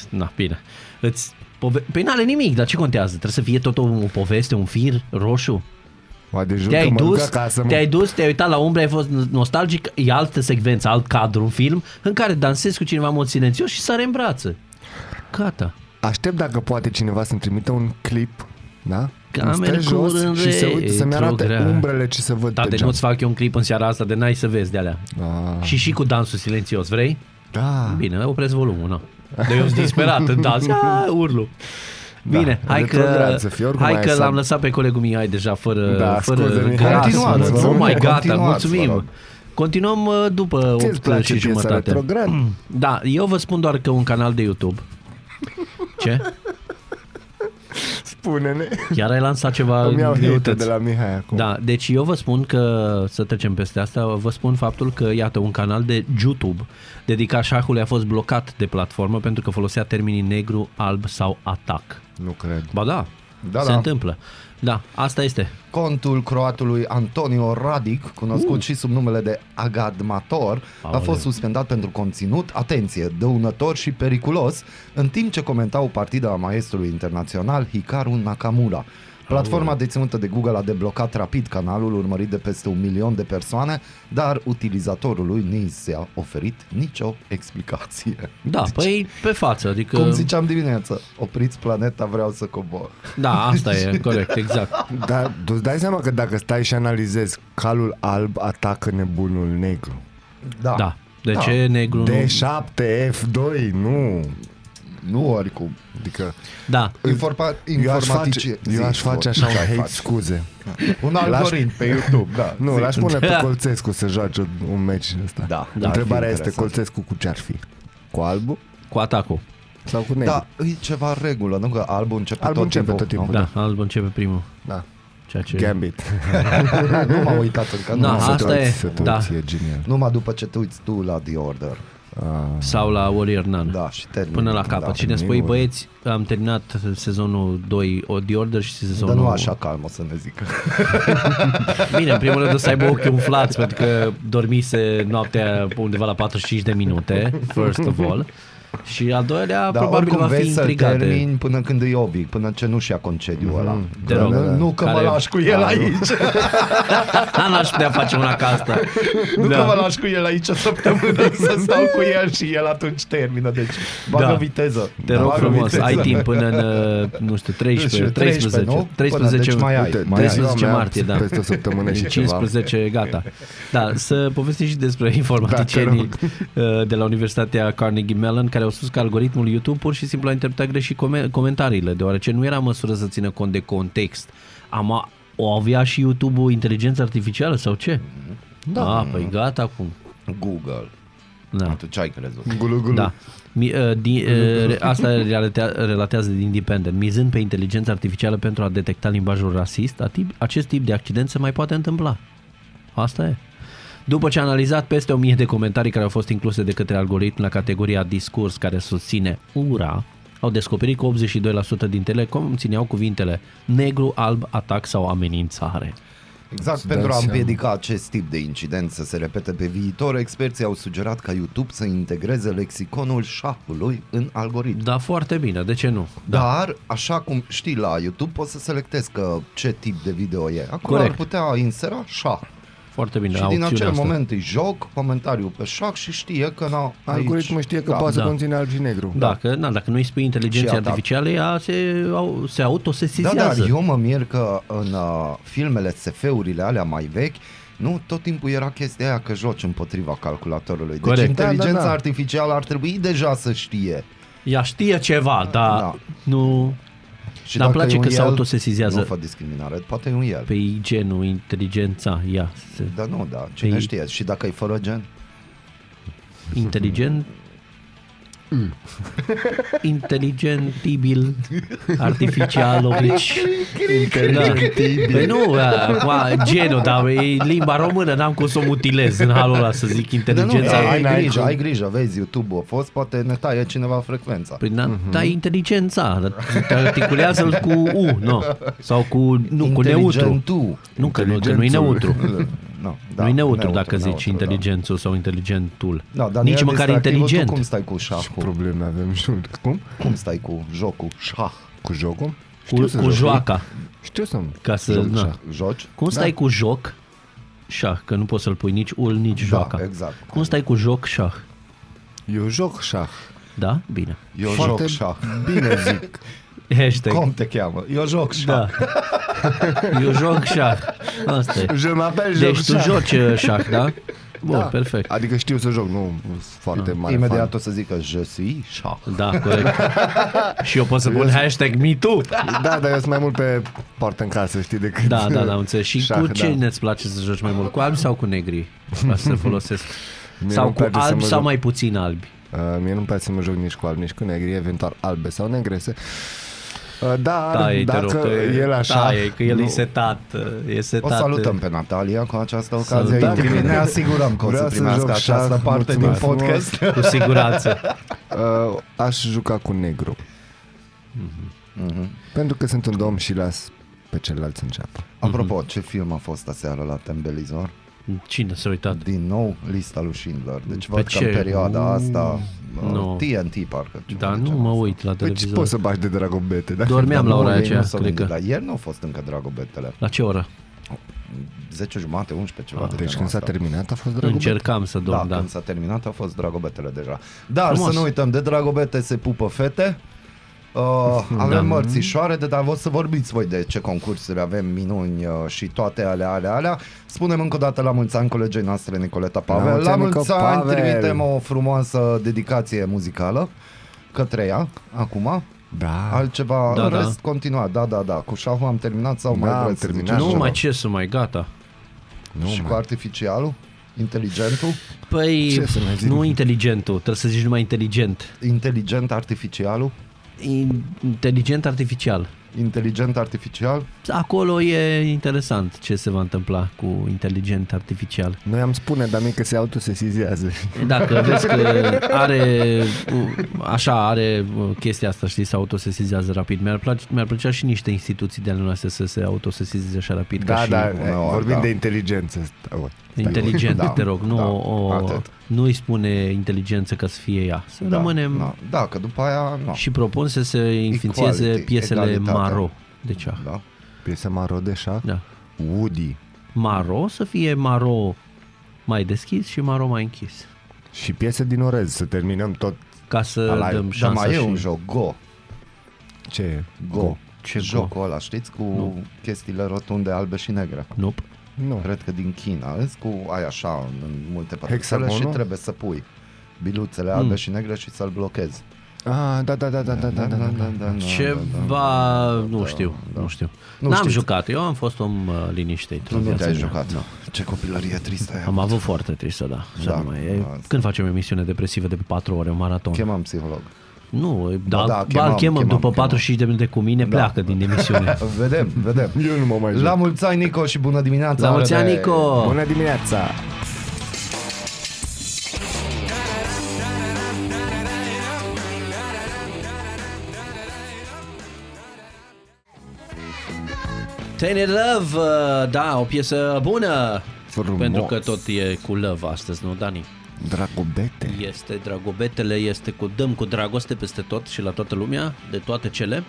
Speaker 1: na, bine. Îți pove- Păi n-are nimic, dar ce contează? Trebuie să fie tot o, o poveste, un fir roșu?
Speaker 7: Oa, de jur
Speaker 1: Te-ai
Speaker 7: că mă duc
Speaker 1: dus,
Speaker 7: acasă, mă...
Speaker 1: te-ai dus, te-ai uitat la umbră, ai fost nostalgic, e altă secvență, alt cadru, un film în care dansezi cu cineva în mod silențios și sare în brață. Gata.
Speaker 7: Aștept dacă poate cineva să-mi trimită un clip, da?
Speaker 1: Ca
Speaker 7: Îmi stă
Speaker 1: Mercur în
Speaker 7: și se uită să-mi arate
Speaker 1: retrograd.
Speaker 7: umbrele ce se văd
Speaker 1: Da,
Speaker 7: pe
Speaker 1: de
Speaker 7: geam.
Speaker 1: nu-ți fac eu un clip în seara asta, de n-ai să vezi de alea.
Speaker 7: Da.
Speaker 1: Și și cu dansul silențios, vrei?
Speaker 7: da.
Speaker 1: Bine, opresc volumul, nu. De eu sunt disperat în dans, Aaa, urlu. Bine,
Speaker 7: Da,
Speaker 1: hai că,
Speaker 7: retrograd să fie, oricum
Speaker 1: hai
Speaker 7: ai
Speaker 1: că
Speaker 7: să-
Speaker 1: l-am lăsat pe colegul Mihai deja fără,
Speaker 7: Da,
Speaker 1: fără
Speaker 7: scuze, Mihai.
Speaker 1: gras.
Speaker 2: Continuați, vă
Speaker 1: nu
Speaker 2: rog,
Speaker 1: mai gata,
Speaker 2: continuați, vă rog.
Speaker 1: mulțumim. Continuăm uh, după 8
Speaker 7: Ți-ți place
Speaker 1: și
Speaker 7: piesa
Speaker 1: jumătate.
Speaker 7: retrograd?
Speaker 1: Da, eu vă spun doar că un canal de YouTube. Ce?
Speaker 7: Spune-ne.
Speaker 1: Chiar ai lansat ceva
Speaker 7: Îmi iau hate
Speaker 1: greutăți.
Speaker 7: de la Mihai acum.
Speaker 1: Da, deci eu vă spun că, să trecem peste asta, vă spun faptul că, iată, un canal de YouTube dedicat șahului a fost blocat de platformă pentru că folosea termenii negru, alb sau atac.
Speaker 7: Nu cred.
Speaker 1: Ba da,
Speaker 2: Da,
Speaker 1: se
Speaker 2: da.
Speaker 1: întâmplă. Da, asta este.
Speaker 2: Contul croatului Antonio Radic, cunoscut uh. și sub numele de Agadmator, a
Speaker 1: Aoleu.
Speaker 2: fost suspendat pentru conținut, atenție, dăunător și periculos, în timp ce comenta o partidă a maestrului internațional Hikaru Nakamura. Platforma deținută de Google a deblocat rapid canalul urmărit de peste un milion de persoane, dar utilizatorului nu s-a oferit nicio explicație.
Speaker 1: Da, deci, păi pe față, adică...
Speaker 2: Cum ziceam dimineață, opriți planeta, vreau să cobor.
Speaker 1: Da, asta e, corect, exact.
Speaker 7: Dar Da, tu îți dai seama că dacă stai și analizezi, calul alb atacă nebunul negru.
Speaker 1: Da. De da. ce negru nu...
Speaker 7: Deci- D7F2, nu.
Speaker 2: Nu oricum.
Speaker 7: Adică
Speaker 1: Da,
Speaker 2: Informa-
Speaker 7: eu aș face,
Speaker 2: informatici-
Speaker 7: eu aș
Speaker 2: zi,
Speaker 7: face
Speaker 2: Florin,
Speaker 7: așa un
Speaker 2: ce ai
Speaker 7: hate
Speaker 2: face?
Speaker 7: scuze.
Speaker 2: Un algoritm pe YouTube, da.
Speaker 7: Nu,
Speaker 2: Zi.
Speaker 7: l-aș pune pe
Speaker 1: Da.
Speaker 7: Colțescu să joace un- un meci ăsta.
Speaker 2: Da, da,
Speaker 7: Întrebarea
Speaker 2: ar fi
Speaker 7: este,
Speaker 2: interesant.
Speaker 7: Colțescu cu ce ar fi? Cu albul
Speaker 1: cu atacul.
Speaker 7: sau cu negru?
Speaker 2: Da, e ceva în regulă, nu că albul începe
Speaker 7: Albul
Speaker 2: tot
Speaker 7: începe
Speaker 2: timpul.
Speaker 7: tot timpul.
Speaker 1: Da, alb începe primul.
Speaker 7: da.
Speaker 1: Ceea ce...
Speaker 7: Gambit.
Speaker 2: nu m-am uitat încă, nu,
Speaker 1: Da,
Speaker 2: m-am
Speaker 1: asta
Speaker 2: uitat.
Speaker 1: e, da.
Speaker 7: e genial.
Speaker 2: Numai după ce te uiți tu la The Order.
Speaker 1: Sau la Warrior Nun.
Speaker 2: Da, și termin.
Speaker 1: Până la capăt.
Speaker 2: Da.
Speaker 1: și ne spui,
Speaker 7: minunat.
Speaker 1: băieți, am terminat sezonul 2 o The Order Da, și sezonul...
Speaker 2: Dar nu așa calm, o să ne zic.
Speaker 1: Bine, în primul rând o să aibă ochii umflați pentru că dormise noaptea undeva la 45 de minute, first of all. Și al doilea,
Speaker 2: Dar
Speaker 1: probabil
Speaker 2: Da, oricum
Speaker 1: va fi
Speaker 2: vei să
Speaker 1: intrigat. de-
Speaker 2: termin până când e obic, până ce nu-și ia concediul ăla.
Speaker 7: Mhm.
Speaker 1: Te
Speaker 2: Că
Speaker 1: rog.
Speaker 2: nu- Nu că mă
Speaker 1: Care-
Speaker 2: lași cu el aici,
Speaker 1: Da, n-aș putea face una ca asta.
Speaker 2: nu că
Speaker 1: Da.
Speaker 2: mă lași cu el aici o săptămână să stau cu el și el atunci termină. Deci, bagă
Speaker 1: Da.
Speaker 2: viteză.
Speaker 1: Te rog
Speaker 2: Bagă
Speaker 1: frumos,
Speaker 2: viteză.
Speaker 1: ai timp până în, uh, nu știu, 13,
Speaker 2: Da. Exact. Deci, 13,
Speaker 1: 13,
Speaker 2: nu? Până,
Speaker 1: 13,
Speaker 2: deci mai ai,
Speaker 7: Uite,
Speaker 2: mai ai.
Speaker 1: 13
Speaker 7: Doamne,
Speaker 1: martie, da.
Speaker 7: Peste o săptămână și
Speaker 1: În
Speaker 7: ceva.
Speaker 1: 15, gata. Da, să povestim și
Speaker 2: Da,
Speaker 1: despre informaticienii uh, de la Universitatea Carnegie Mellon care au spus că algoritmul YouTube pur și simplu a interpretat greșit come- comentariile, deoarece nu era în măsură să țină cont de context. Am a- o avea și YouTube o inteligență artificială sau ce? Da. Ah, păi gata acum.
Speaker 2: Google.
Speaker 1: Da.
Speaker 2: Tu ce ai crezut?
Speaker 7: Gulu, gulu.
Speaker 1: Da. Mi, uh, di, uh, re- asta relatea, relatează din Independent. Mizând pe inteligența artificială pentru a detecta limbajul rasist, a tip, acest tip de accident se mai poate întâmpla. Asta e. După ce a analizat peste 1000 de comentarii care au fost incluse de către algoritm la categoria discurs care susține ura, au descoperit că 82% din ele conțineau cuvintele negru, alb, atac sau amenințare.
Speaker 2: Exact
Speaker 7: Îți
Speaker 2: pentru
Speaker 7: dai
Speaker 2: a
Speaker 7: seama.
Speaker 2: împiedica acest tip de incident să se repete pe viitor, experții au sugerat ca YouTube să integreze lexiconul șahului în algoritm.
Speaker 1: Da, foarte bine, de ce nu?
Speaker 2: Da. Dar, așa cum știi la YouTube, poți să selectezi că ce tip de video e. Acolo
Speaker 1: Corect.
Speaker 2: ar putea insera șah.
Speaker 1: Foarte bine.
Speaker 2: și din
Speaker 1: opțiunea
Speaker 2: acel
Speaker 1: asta.
Speaker 2: moment îi joc, comentariu pe șah și știe că na, aici...
Speaker 7: Algoritmul știe că
Speaker 2: da.
Speaker 7: poate
Speaker 1: da.
Speaker 7: să conține alb și negru.
Speaker 1: Dacă, na, dacă nu îi spui inteligența
Speaker 2: Și atac.
Speaker 1: artificială, ea se, au, se
Speaker 2: Da,
Speaker 1: autosesizează.
Speaker 2: dar eu mă mir că în uh, filmele SF-urile alea mai vechi, nu, tot timpul era chestia aia că joci împotriva calculatorului.
Speaker 1: Corect.
Speaker 2: Deci inteligența
Speaker 7: Da, da, da.
Speaker 2: artificială ar trebui deja să știe.
Speaker 1: Ea știe ceva, dar
Speaker 2: Da.
Speaker 1: nu...
Speaker 2: Și
Speaker 1: Dar îmi
Speaker 2: dacă
Speaker 1: place
Speaker 2: e un
Speaker 1: că se
Speaker 2: el,
Speaker 1: autosesizează. Păi-
Speaker 2: Nu fă discriminare, poate e un el.
Speaker 1: Pe ei genul, inteligența, ea. Se,
Speaker 2: Da, nu, da, cine
Speaker 1: Păi-
Speaker 2: știe. Și dacă e fără gen?
Speaker 1: inteligent...
Speaker 2: Mm.
Speaker 1: Inteligentibil artificial oblici. Inteligentibil. Păi nu, a, a, genul, dar e limba română, n-am cum să o mutilez în halul ăla să zic
Speaker 2: Da, nu,
Speaker 1: inteligența.
Speaker 2: da, ai
Speaker 7: n-ai
Speaker 2: grijă,
Speaker 7: cum.
Speaker 2: ai grijă, vezi, YouTube-ul a fost, poate ne taie cineva frecvența.
Speaker 1: Păi na, da, inteligența, dar te articulează-l cu U, nu? Sau cu, nu, cu neutru.
Speaker 2: Inteligentul.
Speaker 1: Nu, că nu, că nu e
Speaker 7: Inteligențul.
Speaker 1: neutru.
Speaker 2: Nu,
Speaker 1: Da, nu e neutru, dacă zici
Speaker 2: neutru,
Speaker 1: inteligențul sau inteligentul.
Speaker 2: Da. Da, dar
Speaker 1: Nici
Speaker 2: e
Speaker 1: măcar
Speaker 2: distractivă. Tu cum
Speaker 1: inteligent.
Speaker 2: stai cu șahul?
Speaker 7: Probleme avem și noi. Cum?
Speaker 2: Cum stai cu jocul șah?
Speaker 7: Cu jocul?
Speaker 1: Cu,
Speaker 7: să
Speaker 1: cu
Speaker 7: joc.
Speaker 1: joaca.
Speaker 7: Știu să
Speaker 1: Ca să,
Speaker 7: joc
Speaker 1: na.
Speaker 2: da.
Speaker 7: șah.
Speaker 2: Joci?
Speaker 1: Cum stai cu joc? Șah, că nu poți să-l pui nici ul, nici joaca.
Speaker 2: exact.
Speaker 1: Cum stai cu joc șah?
Speaker 7: Eu joc șah.
Speaker 1: Da? Bine.
Speaker 2: Eu
Speaker 7: Foarte
Speaker 2: joc șah.
Speaker 7: Bine zic.
Speaker 1: Hashtag.
Speaker 2: Cum te cheamă? Eu joc șah.
Speaker 1: Da. Eu joc șah. Asta e.
Speaker 7: Je m'appelle joc
Speaker 1: Deci tu
Speaker 7: șah.
Speaker 1: joci uh, șah, da? Bun, perfect.
Speaker 7: Adică știu să joc, nu sunt foarte mare
Speaker 2: Da. Imediat o
Speaker 7: fan.
Speaker 2: să zică je suis șah.
Speaker 1: Da, corect. și eu pot să pun hashtag MeToo.
Speaker 7: Da, dar eu sunt mai mult pe poartă în casă, știi, decât
Speaker 1: Da, da, da, am înțeles. Și
Speaker 7: șah,
Speaker 1: cu ce
Speaker 7: da.
Speaker 1: ne-ți place să joci mai mult? Cu albi sau cu negri? Ca să folosesc.
Speaker 7: Mie
Speaker 1: sau
Speaker 7: nu-mi
Speaker 1: cu
Speaker 7: place să
Speaker 1: albi
Speaker 7: mă
Speaker 1: sau
Speaker 7: joc.
Speaker 1: mai puțin albi?
Speaker 7: Uh, mie nu-mi place să mă joc nici cu alb, nici cu negri, eventual albe sau negrese. Uh, dar
Speaker 1: Da, e, te
Speaker 7: dacă
Speaker 1: rog, că,
Speaker 7: el așa...
Speaker 1: Da, e, că el nu. e
Speaker 7: nu-
Speaker 1: setat. E
Speaker 2: O
Speaker 1: setat.
Speaker 2: salutăm pe Natalia cu această ocazie.
Speaker 1: Salutăm.
Speaker 2: Intim- Ne asigurăm că o
Speaker 7: Vreau
Speaker 2: să
Speaker 7: să
Speaker 2: primească
Speaker 7: joc
Speaker 2: această
Speaker 7: șah,
Speaker 2: parte din
Speaker 7: mulțumesc frumos.
Speaker 2: podcast.
Speaker 1: Cu siguranță.
Speaker 7: Uh, aș juca cu negru. Mhm. Pentru că sunt un domn și las pe celălalt să înceapă. Deci
Speaker 2: Apropo, ce film a fost aseară la Tembelizor?
Speaker 1: Cine s-a uitat?
Speaker 2: Din nou, lista lui Schindler. Deci
Speaker 1: Pe
Speaker 2: văd că
Speaker 1: ce?
Speaker 2: în perioada asta uh,
Speaker 1: nu.
Speaker 2: TNT parcă. ceva
Speaker 1: Da,
Speaker 2: de
Speaker 1: nu
Speaker 2: genul
Speaker 1: mă
Speaker 2: ăsta.
Speaker 1: uit la
Speaker 7: Păi ce
Speaker 1: televizor.
Speaker 7: poți să bași de dragobete? Da?
Speaker 1: Dormeam la
Speaker 2: Nu,
Speaker 1: ora
Speaker 2: ei
Speaker 1: aceea,
Speaker 2: nu s-au
Speaker 1: cred
Speaker 2: gândit,
Speaker 1: că.
Speaker 2: Dar ieri nu au fost încă dragobetele.
Speaker 1: La ce oră?
Speaker 2: 10 jumate, 11 ceva. de
Speaker 7: Deci
Speaker 2: genul
Speaker 7: când s-a
Speaker 2: ăsta.
Speaker 7: terminat a fost dragobete.
Speaker 1: Încercam să
Speaker 2: da,
Speaker 1: dorm, da.
Speaker 2: când s-a terminat au fost dragobetele deja. Dar
Speaker 1: Frumos.
Speaker 2: să nu uităm, de dragobete se pupă fete. Uh, avem da. mărțișoare, de dar vă să vorbiți voi de ce concursuri avem, minuni uh, și toate alea, alea, alea. Spunem încă o dată la mulți ani colegei noastre Nicoleta Pavel.
Speaker 7: mulți
Speaker 2: La
Speaker 7: ani,
Speaker 2: mulți
Speaker 7: Nico
Speaker 2: ani
Speaker 7: Pavel!
Speaker 2: trimitem o frumoasă dedicație muzicală către ea, acum.
Speaker 7: Da.
Speaker 2: Altceva,
Speaker 1: Da,
Speaker 2: da,
Speaker 1: da.
Speaker 2: rest da. continua, da, da, da. Cu șahul am terminat sau
Speaker 7: Da,
Speaker 2: mai
Speaker 7: am
Speaker 2: vreți să
Speaker 7: terminat.
Speaker 2: ziceți
Speaker 1: Nu
Speaker 2: ceva?
Speaker 1: mai ce sunt mai gata.
Speaker 7: Nu,
Speaker 2: Și
Speaker 7: mă.
Speaker 2: cu artificialul, inteligentul,
Speaker 1: Păi,
Speaker 7: Ce să mai zic?
Speaker 1: nu inteligentul, trebuie să zici numai inteligent.
Speaker 2: inteligent artificialul,
Speaker 1: Inteligent artificial.
Speaker 2: inteligent artificial,
Speaker 1: Acolo e interesant ce se va întâmpla cu inteligent artificial.
Speaker 7: Noi am spune, dar mie că se autosesizează.
Speaker 1: Dacă vezi că are, așa, are uh, chestia asta, știi, se autosesizează rapid. Mi-ar, place, mi-ar plăcea și niște instituții de ale noastre să se autosesizeze așa rapid. ca
Speaker 7: Da,
Speaker 1: și
Speaker 7: da,
Speaker 2: uneori,
Speaker 7: vorbim
Speaker 2: da.
Speaker 7: de inteligență. Stai, bă, stai, bă.
Speaker 1: Inteligent,
Speaker 2: Da,
Speaker 1: te rog, nu,
Speaker 2: da,
Speaker 1: o,
Speaker 2: atât.
Speaker 1: nu îi spune inteligență ca să fie ea. Să
Speaker 2: Da,
Speaker 1: rămânem...
Speaker 2: Da, da, că după aia, nu.
Speaker 1: Și propun să se înființeze
Speaker 2: Equality,
Speaker 1: piesele
Speaker 2: egalitate.
Speaker 1: maro. De ce? Da.
Speaker 2: Da.
Speaker 7: Piesa maro de șah?
Speaker 1: da.
Speaker 7: Woody.
Speaker 1: Maro să fie maro mai deschis și maro mai închis.
Speaker 7: Și piese din orez, să terminăm tot
Speaker 1: Ca să
Speaker 7: Ala-
Speaker 1: dăm
Speaker 2: Dar
Speaker 1: șansa
Speaker 2: mai e
Speaker 1: și...
Speaker 2: un joc, Go.
Speaker 7: ce e?
Speaker 2: Go.
Speaker 1: Ce
Speaker 2: Jocul ăla, știți, cu nu. chestiile rotunde albe și negre.
Speaker 1: Nope.
Speaker 7: Nu.
Speaker 2: Cred că din China, îți cu ai așa în- în multe părțile
Speaker 7: Hexagonul?
Speaker 2: și trebuie să pui biluțele
Speaker 1: Mm.
Speaker 2: albe și negre și să-l blochezi.
Speaker 7: Ah, da, da, da, da, da, da, da, da, da.
Speaker 2: da,
Speaker 1: Ceva, nu știu, nu știu.
Speaker 2: Nu
Speaker 1: N-am
Speaker 2: știți.
Speaker 1: jucat, eu am fost om uh, liniștit.
Speaker 2: Tu
Speaker 1: în
Speaker 2: nu
Speaker 1: viața
Speaker 2: te-ai
Speaker 1: mea. Da.
Speaker 2: jucat. Ce copilărie tristă ai
Speaker 1: Am
Speaker 2: avut.
Speaker 1: avut foarte tristă, da. Să
Speaker 2: Da,
Speaker 1: nu mai e.
Speaker 2: asta.
Speaker 1: Când facem emisiune depresivă de pe 4 ore, un maraton.
Speaker 2: Chemam psiholog.
Speaker 1: Nu, da,
Speaker 2: Ba
Speaker 1: da,
Speaker 2: da, chemam,
Speaker 1: chemăm, chemăm
Speaker 2: chemam,
Speaker 1: după
Speaker 2: chemam. Da.
Speaker 1: 45 de minute cu mine, pleacă din emisiune.
Speaker 2: Vedem, vedem.
Speaker 7: Eu nu mă mai joc.
Speaker 2: La mulți ani, Nico, și bună dimineața!
Speaker 1: La mulți ani,
Speaker 2: Arde!
Speaker 1: Nico!
Speaker 7: Bună dimineața!
Speaker 1: Ten It Love, uh, da, o piesă bună.
Speaker 7: Frumos.
Speaker 1: Pentru că tot e cu love astăzi, nu, Dani?
Speaker 7: Dragobete.
Speaker 1: Este dragobetele, este cu dăm cu dragoste peste tot și la toată lumea, de toate cele.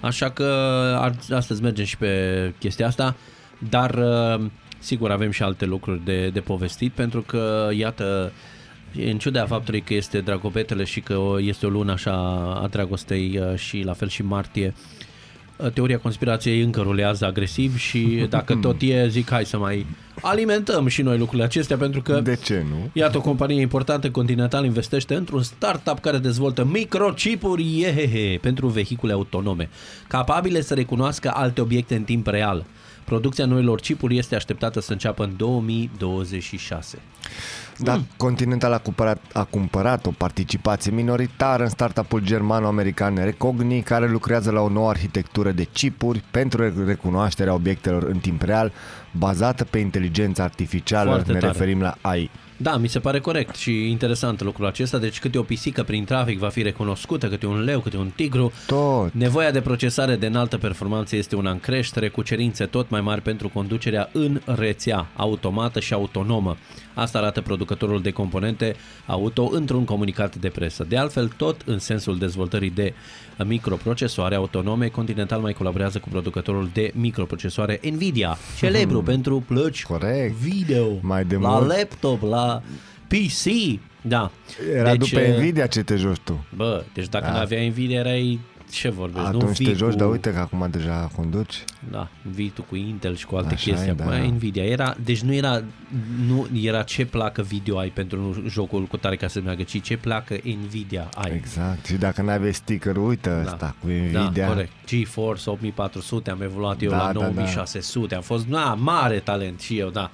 Speaker 1: Așa că ar- astăzi mergem și pe chestia asta, dar uh, sigur avem și alte lucruri de, de povestit, pentru că, iată, în ciuda faptului că este dragobetele și că o- este o lună așa a dragostei uh, și la fel și martie, uh, teoria conspirației încă rulează agresiv și dacă tot e, zic hai să mai alimentăm și noi lucrurile acestea pentru că
Speaker 7: De ce nu?
Speaker 1: Iată, o companie importantă continentală investește într-un startup care dezvoltă microchipuri iehehe, pentru vehicule autonome, capabile să recunoască alte obiecte în timp real. Producția noilor chipuri este așteptată să înceapă în 2026.
Speaker 7: Dar Continental a cumpărat, a cumpărat o participație minoritară în startup-ul germano-american Recogni, care lucrează la o nouă arhitectură de chipuri pentru recunoașterea obiectelor în timp real, bazată pe inteligența artificială.
Speaker 1: Foarte
Speaker 7: ne
Speaker 1: tare.
Speaker 7: referim la AI.
Speaker 1: Da, mi se pare corect și interesant lucrul acesta. Deci câte o pisică prin trafic va fi recunoscută, câte un leu, câte un tigru.
Speaker 7: Tot.
Speaker 1: Nevoia de procesare de înaltă performanță este una în creștere, cu cerințe tot mai mari pentru conducerea în rețea, automată și autonomă. Asta arată producătorul de componente auto într-un comunicat de presă. De altfel, tot în sensul dezvoltării de microprocesoare autonome, Continental mai colaborează cu producătorul de microprocesoare Nvidia, celebru pentru plăci
Speaker 7: Mhm. Corect.
Speaker 1: video,
Speaker 7: Mai de
Speaker 1: la
Speaker 7: mult.
Speaker 1: laptop, la PC. Da.
Speaker 7: Era deci, după
Speaker 1: eh,
Speaker 7: Nvidia ce te joci tu.
Speaker 1: Bă, deci dacă nu aveai Nvidia erai ce vorbești, Deci nu
Speaker 7: Atunci
Speaker 1: vii
Speaker 7: te joci,
Speaker 1: cu...
Speaker 7: dar uite că acum deja conduci.
Speaker 1: Da, vii tu cu Intel și cu alte
Speaker 7: Așa
Speaker 1: Așa chestii.
Speaker 7: e,
Speaker 1: E,
Speaker 7: da.
Speaker 1: da. Nvidia era, deci nu era, nu era ce placă video ai pentru jocul cu tare ca să meargă, ci ce placă Nvidia ai.
Speaker 7: Exact. Și dacă nu aveai sticker, uite da. ăsta cu Nvidia.
Speaker 1: Da, corect. GeForce 8400, am evoluat eu
Speaker 7: Da,
Speaker 1: da, la
Speaker 7: da, da.
Speaker 1: 9600, am fost, na, mare talent și eu, da.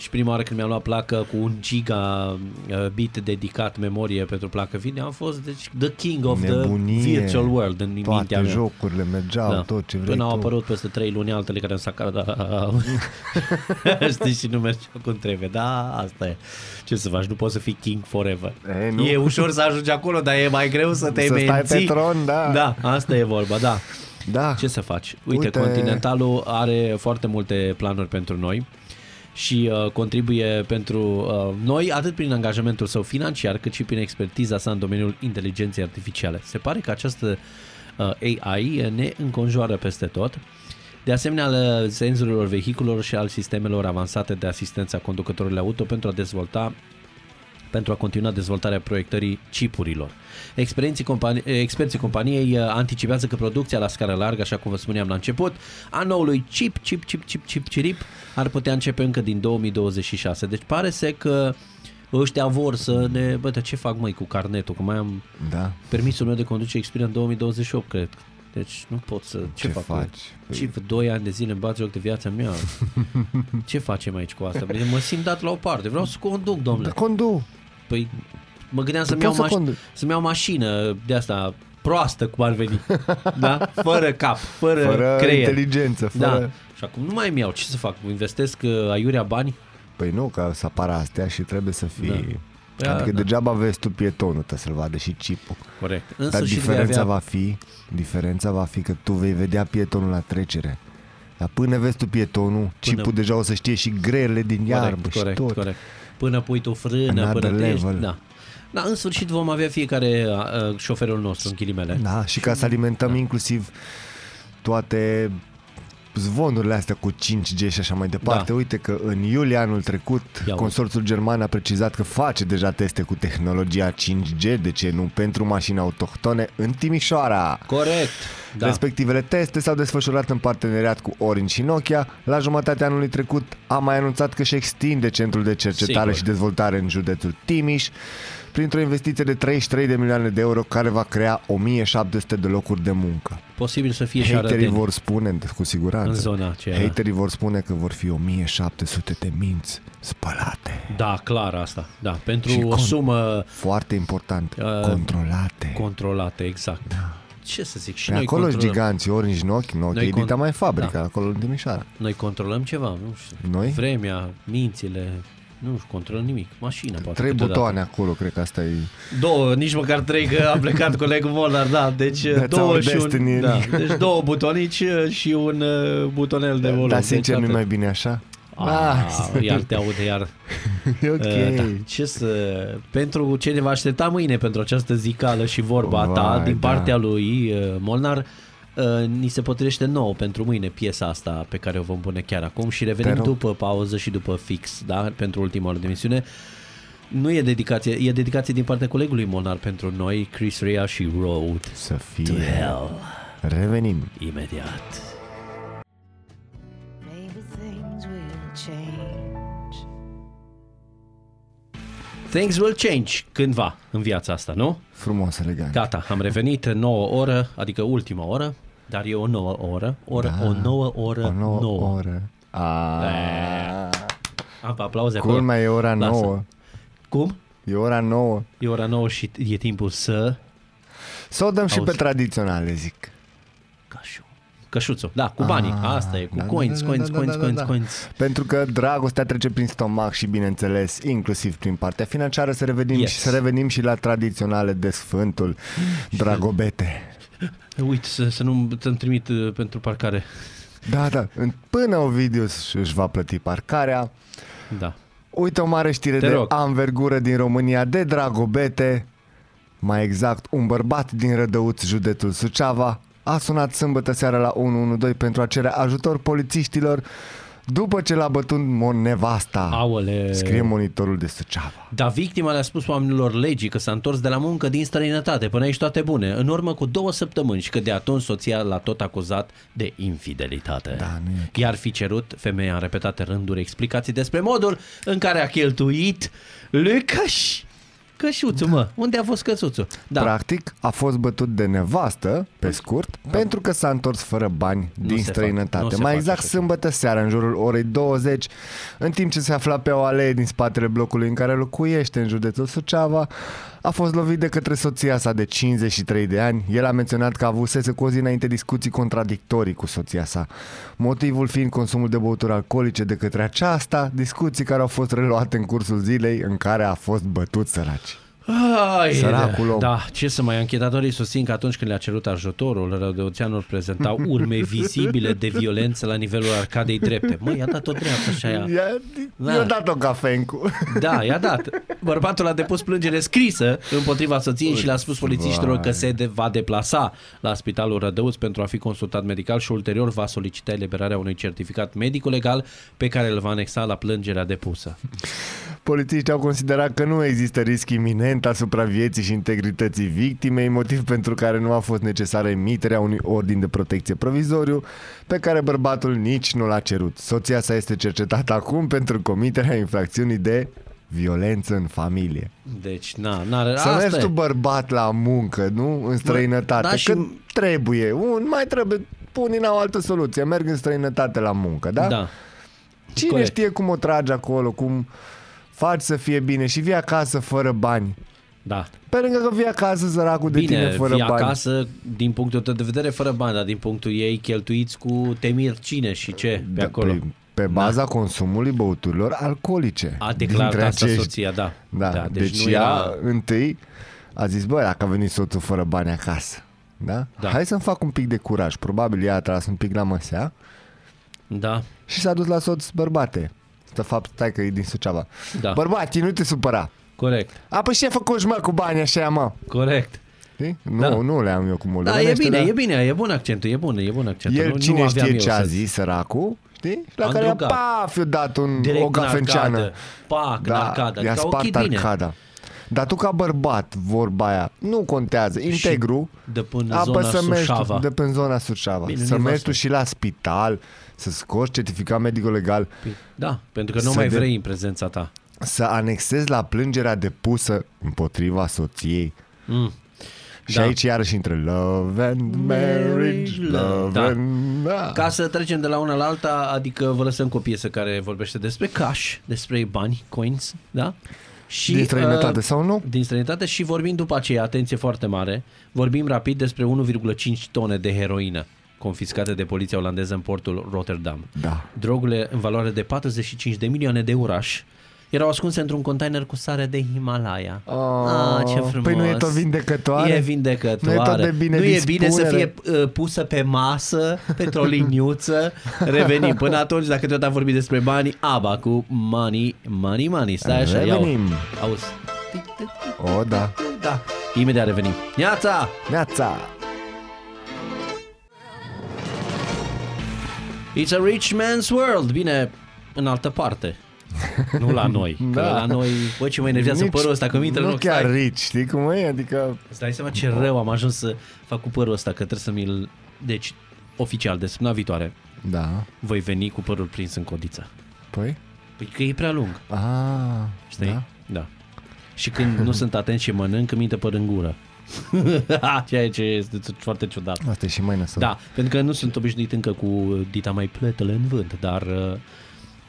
Speaker 1: Și prima oară când mi-am luat placă cu un giga uh, bit dedicat memorie pentru placă video, am fost, deci, the king of
Speaker 7: Nebunie.
Speaker 1: the virtual world în mintea
Speaker 7: Toate
Speaker 1: mea.
Speaker 7: jocurile mergeau, da. tot ce vrei
Speaker 1: Până
Speaker 7: tu.
Speaker 1: au apărut peste 3 luni altele care îmi s-a da. Știi, și nu mergea cum trebuie. Da, asta e. Ce să faci, nu poți să fii king forever.
Speaker 7: E, nu.
Speaker 1: e ușor să ajungi acolo, dar e mai greu să te
Speaker 7: Să stai
Speaker 1: menții.
Speaker 7: pe tron, da.
Speaker 1: Da, asta e vorba, da.
Speaker 7: Da.
Speaker 1: Ce să faci? Uite,
Speaker 7: Uite.
Speaker 1: Uite, Continentalul are foarte multe planuri pentru noi și uh, contribuie pentru uh, noi atât prin angajamentul său financiar cât și prin expertiza sa în domeniul inteligenței artificiale. Se pare că această uh, AI ne înconjoară peste tot. De asemenea, al senzorilor vehiculelor și al sistemelor avansate de asistență a conducătorilor auto pentru a dezvolta pentru a continua dezvoltarea proiectării chipurilor. Experienții compani- experții companiei uh, anticipează că producția la scară largă, așa cum vă spuneam la început, a noului chip, chip, chip, chip, chip, chip, ar putea începe încă din 2026. Deci pare să că ăștia vor să ne... Bă, dar ce fac măi cu carnetul? Că mai am
Speaker 7: Da.
Speaker 1: permisul meu de conducere expiră în 2028, cred. Deci nu pot să... Ce,
Speaker 7: Ce
Speaker 1: fac? Păi-
Speaker 7: faci?
Speaker 1: Chip, 2 ani de zile îmi bat joc de viața mea. ce facem aici cu asta? Bine, Mă simt dat la o parte. Vreau să conduc, domnule.
Speaker 7: Da, condu.
Speaker 1: Păi mă gândeam să-mi
Speaker 7: Tu
Speaker 1: iau,
Speaker 7: Păi poți să
Speaker 1: maș-
Speaker 7: conduci.
Speaker 1: să-mi iau mașină de asta proastă cum ar veni. da? Fără cap, fără,
Speaker 7: Fără
Speaker 1: creier.
Speaker 7: inteligență, fără...
Speaker 1: Da. Și acum nu mai îmi iau. Ce să fac? Investesc uh, aiurea bani?
Speaker 7: Păi nu, că să apară astea și trebuie să fii... Da.
Speaker 1: Da,
Speaker 7: Adică
Speaker 1: da.
Speaker 7: degeaba vezi tu pietonul, trebuie să-l vadă și chipul.
Speaker 1: Corect. Însă
Speaker 7: Dar
Speaker 1: și vei
Speaker 7: diferența
Speaker 1: avea...
Speaker 7: va fi, diferența va fi că tu vei vedea pietonul la trecere. Dar până vezi tu pietonul, până... chipul deja o să știe și greele din iarbă
Speaker 1: corect, corect,
Speaker 7: și tot.
Speaker 1: corect. Până pui tu frână,
Speaker 7: Another
Speaker 1: până te ești,
Speaker 7: level.
Speaker 1: da. Da, în sfârșit vom avea fiecare uh, șoferul nostru în ghilimele.
Speaker 7: Da, și ca să alimentăm da. inclusiv toate zvonurile astea cu 5G și așa mai departe.
Speaker 1: Da.
Speaker 7: Uite că în iulie anul trecut
Speaker 1: uite.
Speaker 7: consorțul german a precizat că face deja teste cu tehnologia 5G, de ce nu, pentru mașini autohtone în Timișoara.
Speaker 1: Corect.
Speaker 7: Da.
Speaker 1: Da.
Speaker 7: Respectivele teste s-au desfășurat în parteneriat cu Orange și Nokia. La jumătatea anului trecut a mai anunțat că își extinde centrul de cercetare
Speaker 1: Sigur.
Speaker 7: și dezvoltare în județul Timiș printr-o investiție de 33 de milioane de euro care va crea 1700 de locuri de muncă.
Speaker 1: Posibil să fie și
Speaker 7: Haterii
Speaker 1: arăteni.
Speaker 7: vor spune, cu siguranță,
Speaker 1: În zona aceea, da.
Speaker 7: haterii vor spune că vor fi 1700 de minți spălate.
Speaker 1: Da, clar asta. Da,
Speaker 7: Și
Speaker 1: pentru o
Speaker 7: con-
Speaker 1: sumă
Speaker 7: Foarte important,
Speaker 1: Uh,
Speaker 7: controlate.
Speaker 1: controlată, exact. Da. Ce să zic, și
Speaker 7: Pe
Speaker 1: noi
Speaker 7: acolo sunt
Speaker 1: controlăm.
Speaker 7: giganții, Orange, Nokia, Nokia,
Speaker 1: Noi
Speaker 7: edita
Speaker 1: con-
Speaker 7: mai fabrica,
Speaker 1: da.
Speaker 7: acolo în Timișoara.
Speaker 1: Noi controlăm ceva, nu știu.
Speaker 7: Noi?
Speaker 1: Vremea, mințile, Nu știu, control nimic. Mașina, poate.
Speaker 7: Trei
Speaker 1: câteodată.
Speaker 7: butoane acolo, cred că asta e...
Speaker 1: Două, nici măcar trei că a plecat colegul Molnar, da, deci
Speaker 7: That's
Speaker 1: două
Speaker 7: our
Speaker 1: și
Speaker 7: destiny.
Speaker 1: un, da, deci două butonici și un uh, butonel de volum.
Speaker 7: Dar sincer,
Speaker 1: deci,
Speaker 7: nu-i mai
Speaker 1: atât.
Speaker 7: bine așa?
Speaker 1: Ah, iar te aud, iar.
Speaker 7: E ok.
Speaker 1: Uh, da. Ce să... Pentru ce ne va aștepta mâine pentru această zicală și vorba
Speaker 7: Vai,
Speaker 1: ta din
Speaker 7: da.
Speaker 1: partea lui uh, Molnar, uh, ni se potrivește nouă pentru mâine piesa asta pe care o vom pune chiar acum și
Speaker 7: Te
Speaker 1: revenim
Speaker 7: rog.
Speaker 1: după pauză și după fix, da? Pentru ultima oră de emisiune. Nu e dedicație, e dedicație din partea colegului Molnar pentru noi, Chris Rea și Road.
Speaker 7: Să
Speaker 1: To
Speaker 7: fie.
Speaker 1: hell,
Speaker 7: Revenim.
Speaker 1: imediat.
Speaker 5: Maybe things will change.
Speaker 1: Things will change cândva în viața asta, nu?
Speaker 7: Frumos, elegant.
Speaker 1: Gata, am revenit, nouă oră, adică ultima oră, dar e o nouă oră, oră da, o nouă oră
Speaker 7: O nouă,
Speaker 1: nouă.
Speaker 7: oră. A,
Speaker 1: Am aplauze acolo.
Speaker 7: culmea e ora
Speaker 1: Lasă.
Speaker 7: nouă.
Speaker 1: Cum?
Speaker 7: E ora nouă.
Speaker 1: E ora nouă și e timpul să...
Speaker 7: Să o dăm și
Speaker 1: Auzi.
Speaker 7: pe tradiționale, zic.
Speaker 1: Cașu. Cășuțul, da, cu banii,
Speaker 7: Ah,
Speaker 1: asta e, cu
Speaker 7: da, da,
Speaker 1: coins,
Speaker 7: da,
Speaker 1: coins,
Speaker 7: da,
Speaker 1: coins,
Speaker 7: da,
Speaker 1: coins,
Speaker 7: da.
Speaker 1: coins.
Speaker 7: Pentru că dragostea trece prin stomac și, bineînțeles, inclusiv prin partea financiară, să revenim,
Speaker 1: Yes.
Speaker 7: yes. și, să revenim și la tradiționale de Sfântul Dragobete.
Speaker 1: Uite, să, să nu să-mi trimit uh, pentru parcare.
Speaker 7: Da, da, în- până Ovidius își va plăti parcarea.
Speaker 1: Da.
Speaker 7: Uite o mare știre
Speaker 1: Te
Speaker 7: de
Speaker 1: rog.
Speaker 7: anvergură din România de Dragobete. Mai exact, un bărbat din Rădăuț, județul Suceava, a sunat sâmbătă seara la 112 pentru a cere ajutor polițiștilor după ce l-a bătut mon nevasta.
Speaker 1: Aole.
Speaker 7: Scrie monitorul de Suceava. Da, nu e
Speaker 1: Iar fi cerut femeia în repetate rânduri explicații despre modul în care a cheltuit Lucas Cășuțul, da. mă, unde a fost căsuțul? Da,
Speaker 7: Practic, a fost bătut de nevastă, pe scurt, pentru că s-a întors fără bani
Speaker 1: Nu
Speaker 7: din
Speaker 1: se fac- nu
Speaker 7: străinătate.
Speaker 1: se
Speaker 7: Mai
Speaker 1: face
Speaker 7: exact,
Speaker 1: așa ceva.
Speaker 7: sâmbătă seara, în jurul orei 20, în timp ce se afla pe o alee din spatele blocului în care locuiește, în județul Suceava, a fost lovit de către soția sa de 53 de ani. El a menționat că avusese cu o zi înainte discuții contradictorii cu soția sa, motivul fiind consumul de băuturi alcoolice de către aceasta, discuții care au fost reluate în cursul zilei în care a fost bătut săraci.
Speaker 1: Ai,
Speaker 7: Săracul om.
Speaker 1: Da, ce să mai, anchetatorii susțin că atunci când le-a cerut ajutorul, rădăuțeanul prezenta urme vizibile de violență la nivelul arcadei drepte. Măi, i-a dat o dreaptă și aia.
Speaker 7: I-a,
Speaker 1: Da.
Speaker 7: i-a dat o cafencu.
Speaker 1: Da, i-a dat. Bărbatul a depus plângere scrisă împotriva soției și le-a spus polițiștilor că se de- va deplasa la spitalul Rădăuț pentru a fi consultat medical și ulterior va solicita eliberarea unui certificat medico-legal pe care îl va anexa la plângerea depusă.
Speaker 7: Polițiștii au considerat că nu există risc iminent asupra vieții și integrității victimei, motiv pentru care nu a fost necesară emiterea unui ordin de protecție provizoriu, pe care bărbatul nici nu l-a cerut. Soția sa este cercetată acum pentru comiterea infracțiunii de violență în familie.
Speaker 1: Deci, na, na,
Speaker 7: Să
Speaker 1: asta
Speaker 7: mergi
Speaker 1: e.
Speaker 7: tu bărbat la muncă, nu? În străinătate.
Speaker 1: da,
Speaker 7: Da,
Speaker 1: și-
Speaker 7: Cât trebuie. Un mai trebuie. Unii n-au altă soluție. Merg în străinătate la muncă,
Speaker 1: Da.
Speaker 7: da? Cine
Speaker 1: Corect.
Speaker 7: Corect. știe cum o tragi acolo, cum faci să fie bine și vii acasă fără bani.
Speaker 1: Da,
Speaker 7: Pe lângă că vii acasă săracul de
Speaker 1: Bine,
Speaker 7: tine fără
Speaker 1: fii
Speaker 7: bani.
Speaker 1: acasă, din punctul tău de vedere, fără bani, dar din punctul ei cheltuiți cu temir cine și ce pe
Speaker 7: Da,
Speaker 1: acolo.
Speaker 7: Pe, pe baza da. consumului băuturilor alcoolice.
Speaker 1: A declarat
Speaker 7: dintre
Speaker 1: asta soția, da.
Speaker 7: Da,
Speaker 1: Da, deci
Speaker 7: deci, deci
Speaker 1: nu
Speaker 7: ea
Speaker 1: era-
Speaker 7: întâi a zis, bă, dacă a venit soțul fără bani acasă, da?
Speaker 1: Da.
Speaker 7: da? Hai să-mi fac un pic de curaj. Probabil ea a tras un pic la măsea
Speaker 1: Da,
Speaker 7: și s-a dus la soț bărbate. De fapt, stai că e din Suceava.
Speaker 1: Da.
Speaker 7: Bărbate, nu te supăra.
Speaker 1: corect,
Speaker 7: A, păi ce făcut mă cu banii așa, mă?
Speaker 1: corect.
Speaker 7: Știi? Nu,
Speaker 1: Da.
Speaker 7: da. nu le am eu cu
Speaker 1: Da,
Speaker 7: moldovenește,
Speaker 1: e bine,
Speaker 7: dar
Speaker 1: e bine, e bun accentul, e bun, e bun accentul.
Speaker 7: El
Speaker 1: nu,
Speaker 7: cine
Speaker 1: nu aveam
Speaker 7: știe
Speaker 1: eu
Speaker 7: ce a
Speaker 1: să-
Speaker 7: zis săracul, știi? Și La
Speaker 1: Am
Speaker 7: care a
Speaker 1: drogat.
Speaker 7: paf, i-a dat un,
Speaker 1: Direct
Speaker 7: o
Speaker 1: în
Speaker 7: gafenceană.
Speaker 1: arcadă. Pac, în arcadă.
Speaker 7: Da, i-a
Speaker 1: Adică, ok,
Speaker 7: spart
Speaker 1: bine.
Speaker 7: arcada. Dar tu ca bărbat, vorba aia, nu contează, integru,
Speaker 1: de până
Speaker 7: apă
Speaker 1: zona
Speaker 7: să mergi tu-
Speaker 1: Suceava.
Speaker 7: de până zona Suceava,
Speaker 1: Bine,
Speaker 7: să
Speaker 1: nu-i
Speaker 7: mergi
Speaker 1: vasă.
Speaker 7: tu și la spital, să scoți certificat medico-legal,
Speaker 1: Da, pentru că nu
Speaker 7: Să
Speaker 1: mai
Speaker 7: de-
Speaker 1: vrei în prezența ta.
Speaker 7: să anexezi la plângerea depusă împotriva soției.
Speaker 1: Mm.
Speaker 7: Și
Speaker 1: Da.
Speaker 7: aici iarăși între love and marriage, love
Speaker 1: Da.
Speaker 7: and... Da.
Speaker 1: Ca să trecem de la una la alta, adică vă lăsăm cu o piesă care vorbește despre cash, despre bani, coins, da? Și,
Speaker 7: Din străinătate
Speaker 1: uh,
Speaker 7: sau nu?
Speaker 1: Din străinătate și vorbim după aceea, atenție foarte mare, vorbim rapid despre 1,5 tone de heroină confiscate de poliția olandeză în portul Rotterdam.
Speaker 7: Da.
Speaker 1: Drogurile în valoare de 45 de milioane de euro erau ascunse într-un container cu sare de Himalaya. Ah, ce frumos.
Speaker 7: Păi nu e tot vindecătoare?
Speaker 1: E vindecătoare.
Speaker 7: Nu e tot de bine
Speaker 1: Nu e bine să
Speaker 7: dispunere?
Speaker 1: fie uh, pusă pe masă, pe o liniuță. Revenim. Până atunci, dacă tot am vorbit despre bani, aba cu money, money, money. Stai așa, ia
Speaker 7: Revenim.
Speaker 1: Auzi.
Speaker 7: O, da.
Speaker 1: Da. Imediat revenim. Neața!
Speaker 7: Neața!
Speaker 1: It's a rich man's world. Bine, în altă parte. Nu la noi. da. Că
Speaker 7: Da.
Speaker 1: la noi, bă, ce mă enervează
Speaker 7: Nici-
Speaker 1: părul ăsta, că mi intră în
Speaker 7: Nu
Speaker 1: ochi.
Speaker 7: chiar
Speaker 1: Stai.
Speaker 7: rici, știi cum e? Adică
Speaker 1: Îți dai seama ce rău am ajuns să fac cu părul ăsta, că trebuie să mi-l... Deci, oficial, de săptămâna viitoare,
Speaker 7: Da.
Speaker 1: voi veni cu părul prins în codiță.
Speaker 7: Păi?
Speaker 1: Păi că e prea lung,
Speaker 7: Ah,
Speaker 1: știi?
Speaker 7: Da?
Speaker 1: Da. da. Și când nu sunt atent și mănânc, îmi intră păr în gură. Ceea ce este foarte ciudat.
Speaker 7: Asta e și mai năsău.
Speaker 1: Da, pentru că nu sunt obișnuit încă cu dita mai pletele în vânt, dar uh,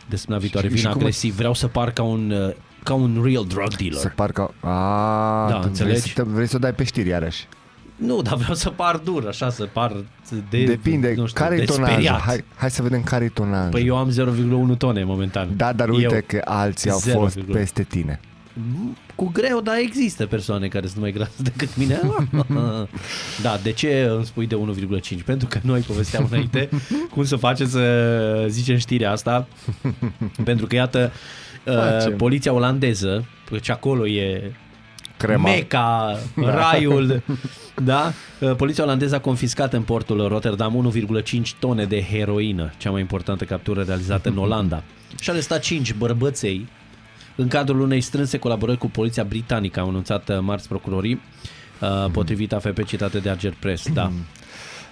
Speaker 1: de săptămâna viitoare
Speaker 7: și
Speaker 1: vin
Speaker 7: cum-
Speaker 1: agresiv, vreau să par ca un, uh, ca un real drug dealer.
Speaker 7: Să par ca... Ah,
Speaker 1: Da,
Speaker 7: tu
Speaker 1: înțelegi?
Speaker 7: Vrei să, te, vrei să o dai pe știri iarăși.
Speaker 1: Nu, dar vreau să par dur, așa, să par de,
Speaker 7: Depinde,
Speaker 1: nu știu,
Speaker 7: care e
Speaker 1: de
Speaker 7: tonajul?
Speaker 1: speriat.
Speaker 7: Hai, hai să vedem care e tonajul.
Speaker 1: Păi eu am 0,1 tone momentan.
Speaker 7: Da, dar uite
Speaker 1: Eu-
Speaker 7: că alții au
Speaker 1: zero
Speaker 7: fost
Speaker 1: virgulă.
Speaker 7: peste tine.
Speaker 1: Cu greu, dar există persoane care sunt mai grase decât mine. da, de ce îmi spui de 1,5? Pentru că noi povesteam înainte cum să facem să zicem știrea asta. Pentru că, iată, uh,
Speaker 7: Facem.
Speaker 1: poliția olandeză, deci acolo e
Speaker 7: Crema.
Speaker 1: Meca, raiul. da? Poliția olandeză a confiscat în portul Rotterdam 1,5 tone de heroină, cea mai importantă captură realizată în Olanda. Și a arestat 5 bărbăței în cadrul unei strânse colaborări cu poliția britanică, au anunțat marți procurorii, uh, potrivit AFP citate de Arger Press. Da.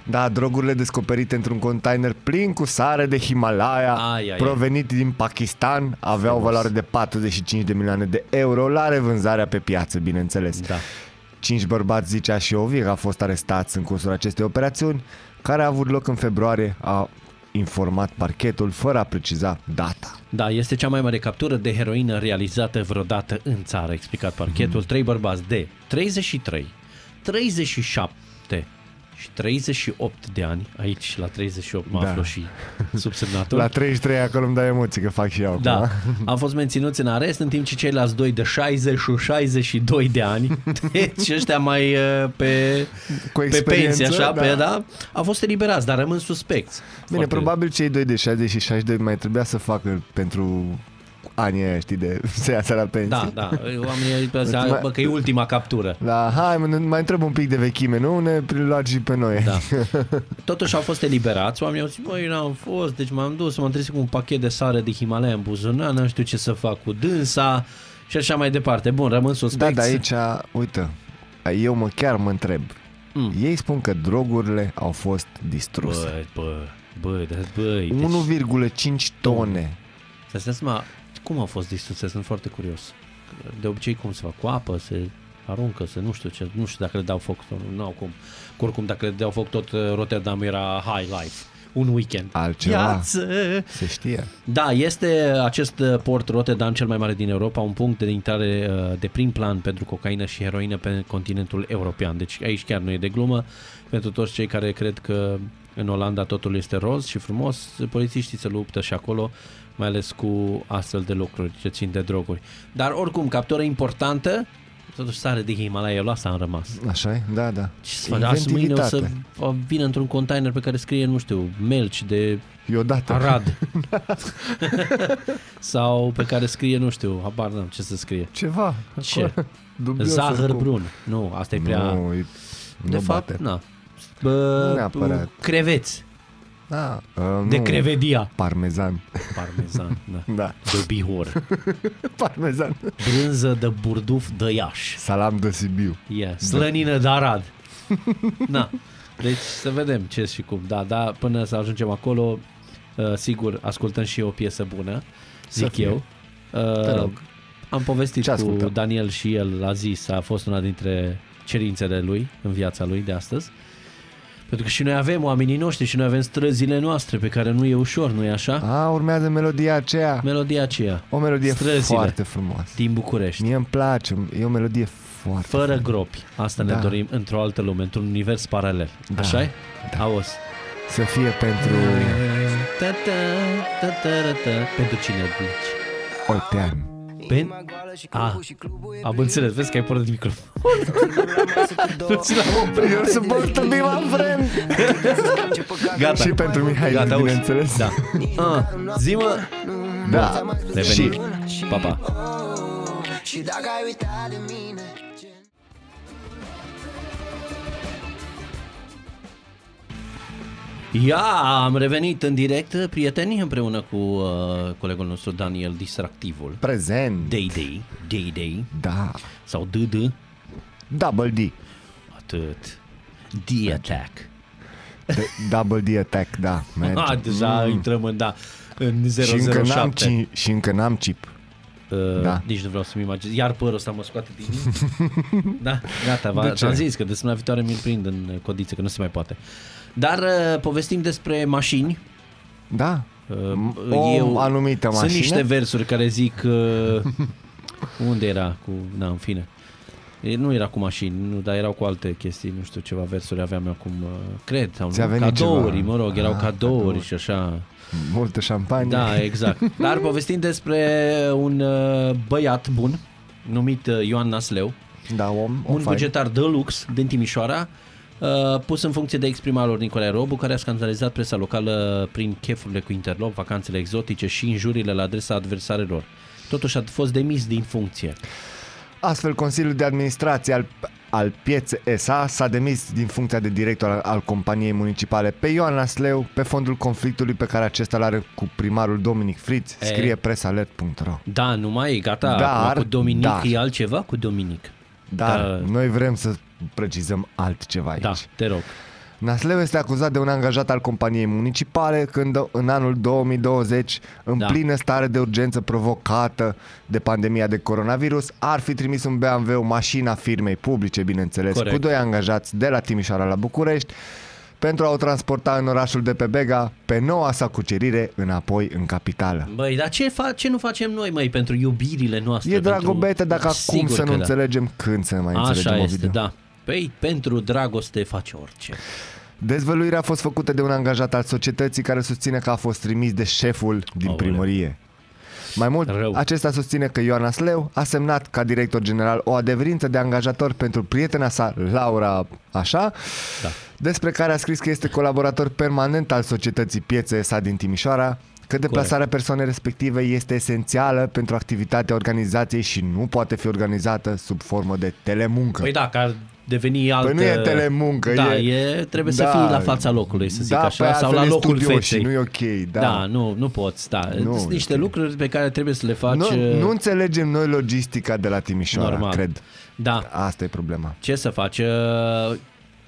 Speaker 7: Da, drogurile descoperite într-un container plin cu sare de Himalaya,
Speaker 1: Ai, ai, ai.
Speaker 7: provenit din Pakistan, aveau o valoare de 45 de milioane de euro la revânzarea pe piață, bineînțeles.
Speaker 1: Da.
Speaker 7: Cinci bărbați, zicea și Ovi, că a fost arestați în cursul acestei operațiuni, care a avut loc în februarie, a informat parchetul fără a preciza data.
Speaker 1: Da, este cea mai mare captură de heroină realizată vreodată în țară, a explicat parchetul.
Speaker 7: Mhm.
Speaker 1: Trei bărbați de 33, 37 și 38 de ani, aici la 38 mă
Speaker 7: Da.
Speaker 1: aflu și subsemnatul.
Speaker 7: La 33 acolo îmi dai emoții că fac și eu
Speaker 1: da,
Speaker 7: acum.
Speaker 1: au fost menținuți în arest în timp ce ceilalți doi de 60 și 62 de ani, deci ăștia mai uh, pe,
Speaker 7: Cu
Speaker 1: pe pensie,
Speaker 7: experiență,
Speaker 1: așa,
Speaker 7: da.
Speaker 1: pe, da, au fost eliberați, dar rămân suspecți.
Speaker 7: Bine,
Speaker 1: Foarte-
Speaker 7: probabil cei doi de 66 de mai trebuia să facă pentru anii aia, știi, de să iasă la pensie.
Speaker 1: Da, da, oamenii
Speaker 7: Mai-
Speaker 1: bă, că e ultima captură.
Speaker 7: Da, hai, mă, mai întreb un pic de vechime, nu? Ne luați și pe noi.
Speaker 1: Da. Totuși au fost eliberați, oamenii au zis, băi, eu n-am fost, deci m-am dus, m-am trezit cu un pachet de sare de Himalaya în buzunar, nu știu ce să fac cu dânsa și așa mai departe. Bun, rămân
Speaker 7: Da,
Speaker 1: suspecți.
Speaker 7: dar aici, uite, eu mă chiar mă întreb. Mm. Ei spun că drogurile au fost distruse.
Speaker 1: Băi, bă, bă, da, băi, deci,
Speaker 7: 1,5 tone.
Speaker 1: să se seama, cum au fost distruse, sunt foarte curios. De obicei, cum se fac? Cu apă, se aruncă, se nu știu ce, nu știu dacă le dau foc sau nu, n-au cum. Că Oricum, dacă le dau foc, tot uh, Rotterdam era high life. Un weekend.
Speaker 7: Altceva.
Speaker 1: Viață!
Speaker 7: Se știe.
Speaker 1: Da, este acest uh, port Rotterdam cel mai mare din Europa, un punct de intrare uh, de prim plan pentru cocaină și heroină pe continentul european. Deci aici chiar nu e de glumă pentru toți cei care cred că în Olanda totul este roz și frumos. Polițiștii se luptă și acolo, mai ales cu astfel de lucruri ce țin de droguri. Dar oricum, captură importantă, totuși sare de Himalaya, la asta am rămas.
Speaker 7: Așa e? Da, da.
Speaker 1: Ce să fac? Azi mâine o să
Speaker 7: Inventivitate.
Speaker 1: o vină într-un container pe care scrie, nu știu, melci de
Speaker 7: E odată.
Speaker 1: Arad. Sau pe care scrie, nu știu, habar n-am ce să scrie.
Speaker 7: Ceva.
Speaker 1: Ce?
Speaker 7: Dubios
Speaker 1: Zahăr
Speaker 7: oricum.
Speaker 1: brun. Nu, asta e prea...
Speaker 7: Nu, e,
Speaker 1: de
Speaker 7: nu
Speaker 1: fapt,
Speaker 7: bate.
Speaker 1: na. Bă,
Speaker 7: Neapărat.
Speaker 1: creveți.
Speaker 7: Da, uh,
Speaker 1: De
Speaker 7: nu.
Speaker 1: crevedia.
Speaker 7: Parmezan.
Speaker 1: Parmezan, da.
Speaker 7: Da,
Speaker 1: De bihor.
Speaker 7: parmezan.
Speaker 1: Brânză de burduf de Iași.
Speaker 7: Salam de Sibiu.
Speaker 1: Yeah. Slănină de Arad. Na. Deci să vedem ce și cum. Da, da, până să ajungem acolo, uh, sigur, ascultăm și o piesă bună, zic
Speaker 7: fie.
Speaker 1: eu.
Speaker 7: Te
Speaker 1: Uh,
Speaker 7: rog.
Speaker 1: Am povestit
Speaker 7: Ce
Speaker 1: cu
Speaker 7: ascultăm?
Speaker 1: Daniel și el a zis, a fost una dintre cerințele lui în viața lui de astăzi. Pentru că și noi avem oamenii noștri și noi avem străzile noastre pe care nu e ușor, nu e așa?
Speaker 7: A, urmează melodia aceea.
Speaker 1: Melodia aceea
Speaker 7: O melodie
Speaker 1: Străzile.
Speaker 7: foarte frumoasă.
Speaker 1: din București.
Speaker 7: Mie îmi place, e o melodie foarte
Speaker 1: Fără
Speaker 7: frumoasă.
Speaker 1: gropi. Asta ne
Speaker 7: Da.
Speaker 1: dorim într-o altă lume, într-un univers paralel.
Speaker 7: Da.
Speaker 1: așa e?
Speaker 7: Da.
Speaker 1: Auzi.
Speaker 7: Să fie pentru
Speaker 1: Ta-ta, ta-ta-ra-ta. Pentru cine zici?
Speaker 7: Oltean.
Speaker 1: Pe... A, am înțeles, vezi că ai pornit microfonul. Nu ți l-am oprit.
Speaker 7: Eu sunt mulțumit, am vrem!
Speaker 1: Gata.
Speaker 7: Și pentru Mihai,
Speaker 1: Gata, auzi.
Speaker 7: bineînțeles.
Speaker 1: Da. A, zi mă,
Speaker 7: da.
Speaker 1: revenim.
Speaker 7: Și
Speaker 1: Și... Pa, pa. Ia, am revenit în direct, prieteni, împreună cu uh, colegul nostru Daniel Distractivul.
Speaker 7: prezent.
Speaker 1: Day Day, Day Day
Speaker 7: Da.
Speaker 1: sau DD,
Speaker 7: Double D.
Speaker 1: atât. The Attack.
Speaker 7: De- Double D attack, da. merge. Mm.
Speaker 1: Ah, deja intrăm în, da, în 007.
Speaker 7: și încă n-am ci- și încă n-am chip.
Speaker 1: Uh, da.
Speaker 7: Da.
Speaker 1: Nici nu vreau să-mi imaginez. Iar părul ăsta mă scoate din Da, gata, va,
Speaker 7: De ce?
Speaker 1: am zis că de săptămâna viitoare mi-l prind în uh, codiță, că nu se mai poate. Dar uh, povestim despre mașini.
Speaker 7: Da.
Speaker 1: Uh,
Speaker 7: O anumită
Speaker 1: Sunt
Speaker 7: mașină?
Speaker 1: niște versuri care zic... Uh, unde era? Cu, na, în fine. E, Nu era cu mașini, nu, dar erau cu alte chestii, nu știu, ceva versuri aveam acum, uh, cred, sau
Speaker 7: Ți-a
Speaker 1: nu,
Speaker 7: venit
Speaker 1: cadouri,
Speaker 7: ceva.
Speaker 1: mă rog, erau
Speaker 7: Ah,
Speaker 1: cadouri, și așa.
Speaker 7: Multă șampanie.
Speaker 1: Da, exact. Dar povestim despre un uh, băiat bun, numit uh, Ioan Nasleu,
Speaker 7: Da, om. om
Speaker 1: un
Speaker 7: fain.
Speaker 1: bugetar de lux din Timișoara, uh, pus în funcție de ex-primarul Nicolae Robu, care a scandalizat presa locală prin chefurile cu interlop, vacanțele exotice și injurile la adresa adversarilor. Totuși a fost demis din funcție.
Speaker 7: Astfel, Consiliul de Administrație al, al Piețe SA s-a demis din funcția de director al, al companiei municipale pe Ioan Lasleu pe fondul conflictului pe care acesta l-are cu primarul Dominic Fritz,
Speaker 1: E.
Speaker 7: scrie presalert.ro.
Speaker 1: Da, nu mai e gata.
Speaker 7: Dar-
Speaker 1: Acum cu Dominic
Speaker 7: dar.
Speaker 1: e altceva cu Dominic.
Speaker 7: Dar
Speaker 1: Da.
Speaker 7: noi vrem să precizăm altceva aici.
Speaker 1: Da, te rog.
Speaker 7: Nasleu este acuzat de un angajat al companiei municipale când în anul 2020, în
Speaker 1: Da.
Speaker 7: da. plină stare de urgență provocată de pandemia de coronavirus, ar fi trimis un BMW, o mașină a firmei publice, bineînțeles,
Speaker 1: Corect.
Speaker 7: cu doi angajați de la Timișoara la București, pentru a o transporta în orașul de pe Bega, pe noua sa cucerire, înapoi în capitală.
Speaker 1: Băi, dar ce, fa- ce nu facem noi, mai pentru iubirile noastre?
Speaker 7: E
Speaker 1: pentru-
Speaker 7: dragobete dacă acum
Speaker 1: Sigur
Speaker 7: să nu
Speaker 1: că da.
Speaker 7: înțelegem când să ne mai înțelegem
Speaker 1: Așa
Speaker 7: o Da.
Speaker 1: este, da. Păi, pentru dragoste face orice.
Speaker 7: Dezvăluirea a fost făcută de un angajat al societății care susține că a fost trimis de șeful din
Speaker 1: Aoleu.
Speaker 7: primărie. Mai mult,
Speaker 1: Rău.
Speaker 7: Rău. acesta susține că Ioana Sleu a semnat ca director general o adeverință de angajator pentru prietena sa, Laura, așa,
Speaker 1: Da.
Speaker 7: despre care a scris că este colaborator permanent al societății piețe sa din Timișoara, că deplasarea persoanei respective este esențială pentru activitatea organizației și nu poate fi organizată sub formă de telemuncă.
Speaker 1: Păi da, că ar deveni altă...
Speaker 7: Păi nu e telemuncă,
Speaker 1: da,
Speaker 7: e-
Speaker 1: e... trebuie să
Speaker 7: da.
Speaker 1: fii la fața locului, să zic
Speaker 7: Da,
Speaker 1: așa,
Speaker 7: păi
Speaker 1: sau la
Speaker 7: altfel e
Speaker 1: locul
Speaker 7: studios
Speaker 1: feței.
Speaker 7: și nu e ok, da.
Speaker 1: da nu, nu poți, da.
Speaker 7: Nu,
Speaker 1: Nu, Sunt
Speaker 7: e
Speaker 1: niște
Speaker 7: ok.
Speaker 1: lucruri pe care trebuie să le faci
Speaker 7: nu,
Speaker 1: eh,
Speaker 7: nu înțelegem noi logistica de la Timișoara,
Speaker 1: normal.
Speaker 7: cred.
Speaker 1: Da,
Speaker 7: Asta e problema.
Speaker 1: ce să faci? eh,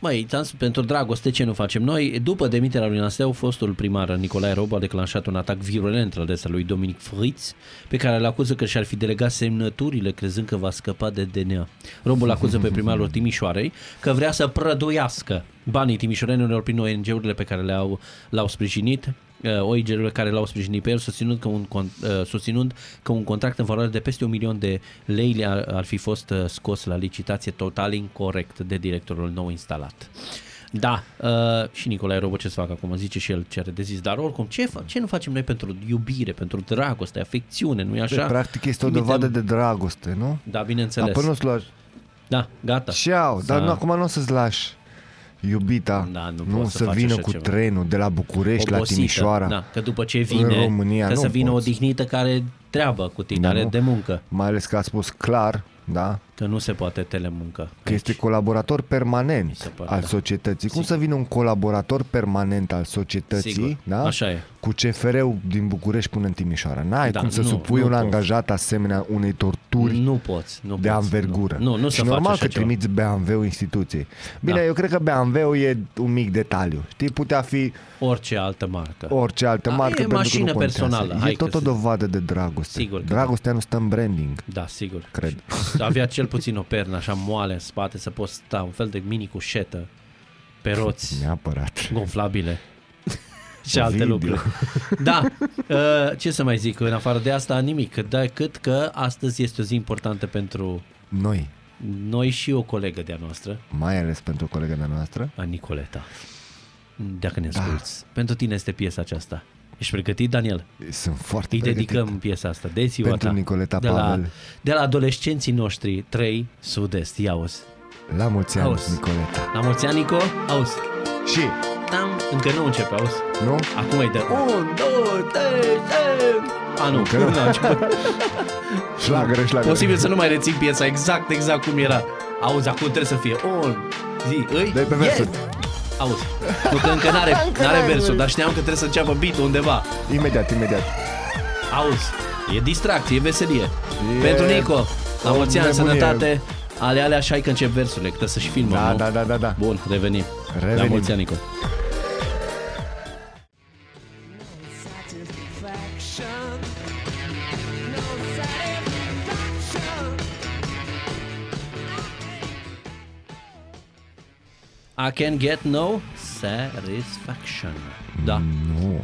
Speaker 1: Măi, ți-am spus, pentru dragoste ce nu facem noi? După demiterea lui Nasteu, fostul primar Nicolae Robu a declanșat un atac virulent la adresa lui Dominic Fritz, pe care îl acuză că și-ar fi delegat semnăturile crezând că va scăpa de DNA. Robu îl acuză pe primarul Timișoarei că vrea să prăduiască banii timișorenilor prin ONG-urile pe care le-au, l-au sprijinit, eh, ONG-urile care l-au sprijinit pe el, susținând că un, con- eh, susținând că un contract în valoare de peste un milion de lei le- ar, ar fi fost eh, scos la licitație total incorrect de directorul nou instalat. Da, uh, și Nicolae Robo ce să facă acum, zice și el ce are de zis, dar oricum, ce, fa- ce nu facem noi pentru iubire, pentru dragoste, afecțiune, nu-i
Speaker 7: Așa,
Speaker 1: așa?
Speaker 7: Deci, Păi, practic este o
Speaker 1: Trimitem-
Speaker 7: dovadă de dragoste, nu?
Speaker 1: Da, bineînțeles.
Speaker 7: Dar până nu-ți lași.
Speaker 1: Da, gata.
Speaker 7: Da. Ceau, dar
Speaker 1: Da.
Speaker 7: nu, acum nu o să-ți lași iubita,
Speaker 1: Da, nu
Speaker 7: nu
Speaker 1: poți să
Speaker 7: să
Speaker 1: faci
Speaker 7: vină
Speaker 1: așa
Speaker 7: cu
Speaker 1: ceva.
Speaker 7: trenul de la București la Timișoara.
Speaker 1: Da, că după ce vine,
Speaker 7: în România,
Speaker 1: trebuie
Speaker 7: nu
Speaker 1: să vină
Speaker 7: poți.
Speaker 1: o dignită care treabă cu tine,
Speaker 7: Da,
Speaker 1: are
Speaker 7: nu.
Speaker 1: de muncă,
Speaker 7: Mai ales că a spus clar, da?
Speaker 1: că nu se poate telemuncă.
Speaker 7: Că este
Speaker 1: aici.
Speaker 7: colaborator
Speaker 1: se
Speaker 7: permanent
Speaker 1: pare,
Speaker 7: al
Speaker 1: da.
Speaker 7: societății. Cum să vină un colaborator permanent al societății,
Speaker 1: Sigur,
Speaker 7: da?
Speaker 1: așa e.
Speaker 7: Cu CFR-ul din București până în Timișoara. N-ai
Speaker 1: Da,
Speaker 7: cum să
Speaker 1: nu,
Speaker 7: supui
Speaker 1: nu
Speaker 7: un
Speaker 1: poți.
Speaker 7: angajat asemenea unei torturi
Speaker 1: Nu poți, nu
Speaker 7: de
Speaker 1: poți,
Speaker 7: anvergură.
Speaker 1: Nu, nu, nu
Speaker 7: și
Speaker 1: se
Speaker 7: normal
Speaker 1: face
Speaker 7: că
Speaker 1: așa ceva.
Speaker 7: trimiți BMW instituției. Bine,
Speaker 1: Da.
Speaker 7: eu cred că BMW e un mic detaliu. Știi, putea fi
Speaker 1: Orice altă marcă.
Speaker 7: orice altă
Speaker 1: Da,
Speaker 7: marcă
Speaker 1: e
Speaker 7: pentru
Speaker 1: mașină
Speaker 7: că nu contează.
Speaker 1: personală,
Speaker 7: E
Speaker 1: hai
Speaker 7: tot
Speaker 1: că
Speaker 7: o
Speaker 1: să-
Speaker 7: dovadă de dragoste.
Speaker 1: Sigur că da.
Speaker 7: Dragostea nu stă în branding.
Speaker 1: Da, sigur.
Speaker 7: Cred.
Speaker 1: Și Avea cel puțin o pernă așa moale în spate să poți sta, un fel de mini cușetă pe roți
Speaker 7: Neapărat.
Speaker 1: gonflabile și alte
Speaker 7: Ovidiu.
Speaker 1: lucruri. Da, uh, ce să mai zic, în afară de asta nimic, da, cât că astăzi este o zi importantă pentru
Speaker 7: Noi,
Speaker 1: noi și o colegă de-a noastră,
Speaker 7: mai ales pentru colega mea noastră,
Speaker 1: a Nicoleta. Dacă ne asculti. Da. Pentru tine este piesa aceasta. Ești pregătit, Daniel?
Speaker 7: Sunt foarte
Speaker 1: Îi
Speaker 7: pregătit.
Speaker 1: dedicăm piesa asta, de ziua
Speaker 7: Pentru
Speaker 1: ta.
Speaker 7: Nicoleta
Speaker 1: de la,
Speaker 7: Pavel.
Speaker 1: de la adolescenții noștri, 3 Sud-Est. Ia auzi.
Speaker 7: La mulți ani,
Speaker 1: Auzi.
Speaker 7: Nicoleta.
Speaker 1: La mulți ani, Nico. Auzi.
Speaker 7: Și,
Speaker 1: Tam. Încă nu începe, auzi.
Speaker 7: nu?
Speaker 1: Acum îi dă 1, 2, 3, 3. A, nu, nu a început.
Speaker 7: Șlagără, șlagără.
Speaker 1: Posibil să nu mai rețin piesa exact, exact cum era. Auzi, acum trebuie să fie 1, zi, îi,
Speaker 7: Dă-i pe versuri.
Speaker 1: Auzi, nu că încă n-are, n-are versul, dar știam că trebuie să înceapă beat undeva.
Speaker 7: Imediat, imediat.
Speaker 1: Auzi, e distracție, e veselie. Pentru Nico, la
Speaker 7: o
Speaker 1: mulți ani,
Speaker 7: nebunie.
Speaker 1: sănătate, ale alea așa că încep versurile, că trebuie să-și filmăm,
Speaker 7: Da,
Speaker 1: nu?
Speaker 7: da, da, da, da.
Speaker 1: Bun, revenim. La
Speaker 7: Revenim.
Speaker 1: mulți ani, Nico. I can get no satisfaction. Da,
Speaker 7: Nu.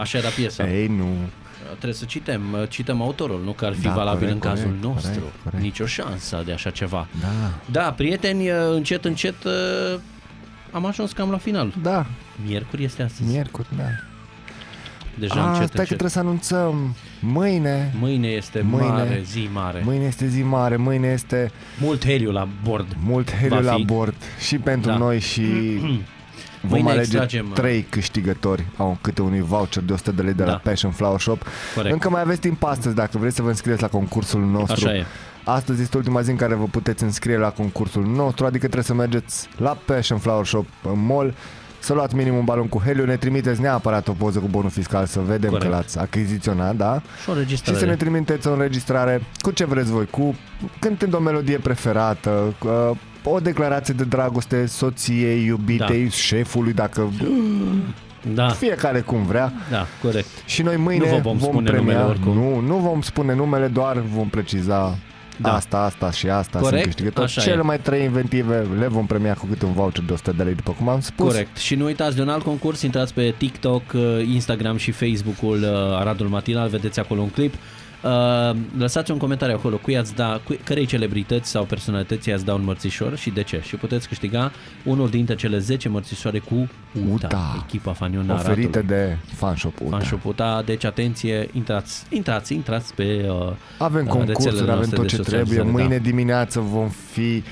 Speaker 1: așa era piesa.
Speaker 7: Ei, nu.
Speaker 1: Trebuie să citem, cităm autorul, nu că ar fi
Speaker 7: Da,
Speaker 1: valabil
Speaker 7: corect,
Speaker 1: în cazul
Speaker 7: corect,
Speaker 1: nostru.
Speaker 7: corect, corect.
Speaker 1: Nicio șansă de așa ceva.
Speaker 7: Da.
Speaker 1: Da, prieteni, încet, încet uh, am ajuns cam la final.
Speaker 7: Da,
Speaker 1: Miercuri este astăzi.
Speaker 7: miercuri, da.
Speaker 1: Deja
Speaker 7: A,
Speaker 1: încet,
Speaker 7: stai că
Speaker 1: încet.
Speaker 7: trebuie să anunțăm. Mâine,
Speaker 1: Mâine este
Speaker 7: Mâine.
Speaker 1: mare, zi mare.
Speaker 7: mâine este zi mare, mâine este
Speaker 1: Mult heliu la bord.
Speaker 7: mult heliu
Speaker 1: Va
Speaker 7: la
Speaker 1: fi.
Speaker 7: bord și pentru
Speaker 1: Da.
Speaker 7: noi și vom
Speaker 1: Mâine
Speaker 7: alege
Speaker 1: extragem, uh,
Speaker 7: trei câștigători au câte unui voucher de 100 de lei de la
Speaker 1: Da.
Speaker 7: Passion Flower Shop.
Speaker 1: Corect.
Speaker 7: Încă mai aveți timp astăzi dacă vreți să vă înscrieți la concursul nostru.
Speaker 1: Așa e.
Speaker 7: Astăzi este ultima zi în care vă puteți înscrie la concursul nostru, adică trebuie să mergeți la Passion Flower Shop în mall să luați minim un balon cu heliu, ne trimiteți neapărat o poză cu bonul fiscal să vedem
Speaker 1: Corect.
Speaker 7: că l-ați achiziționat, da?
Speaker 1: Și o
Speaker 7: Și să ne
Speaker 1: registrare.
Speaker 7: trimiteți o înregistrare cu ce vreți voi, cu cântând o melodie preferată, cu, uh, o declarație de dragoste soției, iubitei, da. șefului, dacă
Speaker 1: Da,
Speaker 7: fiecare cum vrea.
Speaker 1: da, corect.
Speaker 7: Și noi mâine
Speaker 1: Nu vă vom spune
Speaker 7: premia,
Speaker 1: numele oricum.
Speaker 7: Nu, nu vom spune numele, doar vom preciza
Speaker 1: Da.
Speaker 7: da. asta, asta și asta
Speaker 1: Corect,
Speaker 7: sunt câștigători.
Speaker 1: așa
Speaker 7: Cele
Speaker 1: e.
Speaker 7: mai trei inventive le vom premia cu câte un voucher de 100 de lei, după cum am spus.
Speaker 1: Corect. Și nu uitați de un alt concurs, intrați pe TikTok, uh, Instagram și Facebook-ul uh, Aradul Matinal, vedeți acolo un clip. Uh, lăsați un comentariu acolo cui ați da, cui, cărei celebrități sau personalități ați da un mărțișor și de ce. Și puteți câștiga unul dintre cele 10 mărțișoare cu UTA,
Speaker 7: UTA.
Speaker 1: echipa Fanion
Speaker 7: Oferite
Speaker 1: Aradul.
Speaker 7: de fanshop Uta.
Speaker 1: Fan Shop UTA, deci atenție, intrați, intrați, intrați pe uh,
Speaker 7: Avem
Speaker 1: uh,
Speaker 7: concursuri,
Speaker 1: rețelele
Speaker 7: avem
Speaker 1: noastre
Speaker 7: tot
Speaker 1: de
Speaker 7: ce trebuie.
Speaker 1: socializare, da.
Speaker 7: Mâine dimineață vom fi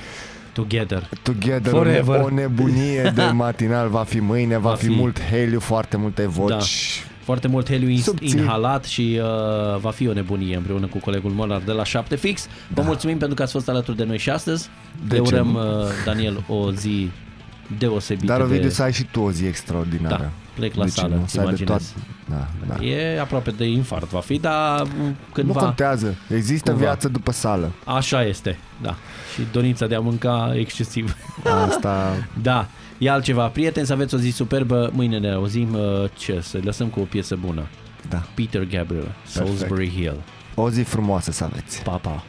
Speaker 1: Together.
Speaker 7: Together,
Speaker 1: Forever.
Speaker 7: o nebunie de matinal va fi mâine, va,
Speaker 1: Va
Speaker 7: fi,
Speaker 1: fi. Da.
Speaker 7: mult heliu, foarte multe voci.
Speaker 1: Foarte mult heliu ins-
Speaker 7: Subțiri.
Speaker 1: inhalat și uh, va fi o nebunie împreună cu colegul Molnar de la 7 fix. Vă mulțumim pentru că ați fost alături de noi și astăzi.
Speaker 7: Da. De
Speaker 1: Te
Speaker 7: ce
Speaker 1: urăm,
Speaker 7: nu?
Speaker 1: uh, Daniel, o zi deosebită.
Speaker 7: Dar, Ovidiu,
Speaker 1: de...
Speaker 7: să ai și tu o zi extraordinară.
Speaker 1: Da, plec la
Speaker 7: De ce
Speaker 1: sală,
Speaker 7: nu?
Speaker 1: îți
Speaker 7: Să ai de
Speaker 1: imaginezi.
Speaker 7: Da, da.
Speaker 1: E aproape de infart va fi, dar mm,
Speaker 7: Nu
Speaker 1: cândva...
Speaker 7: contează, există
Speaker 1: Cumva.
Speaker 7: viață după sală.
Speaker 1: Așa este, da. Și dorința de a mânca excesiv.
Speaker 7: Asta
Speaker 1: da, e altceva. Prieteni, să aveți o zi superbă. Mâine ne auzim. uh, Ce să lăsăm cu o piesă bună.
Speaker 7: Da.
Speaker 1: Peter Gabriel, Salisbury Hill.
Speaker 7: O zi frumoasă să aveți.
Speaker 1: Pa, pa.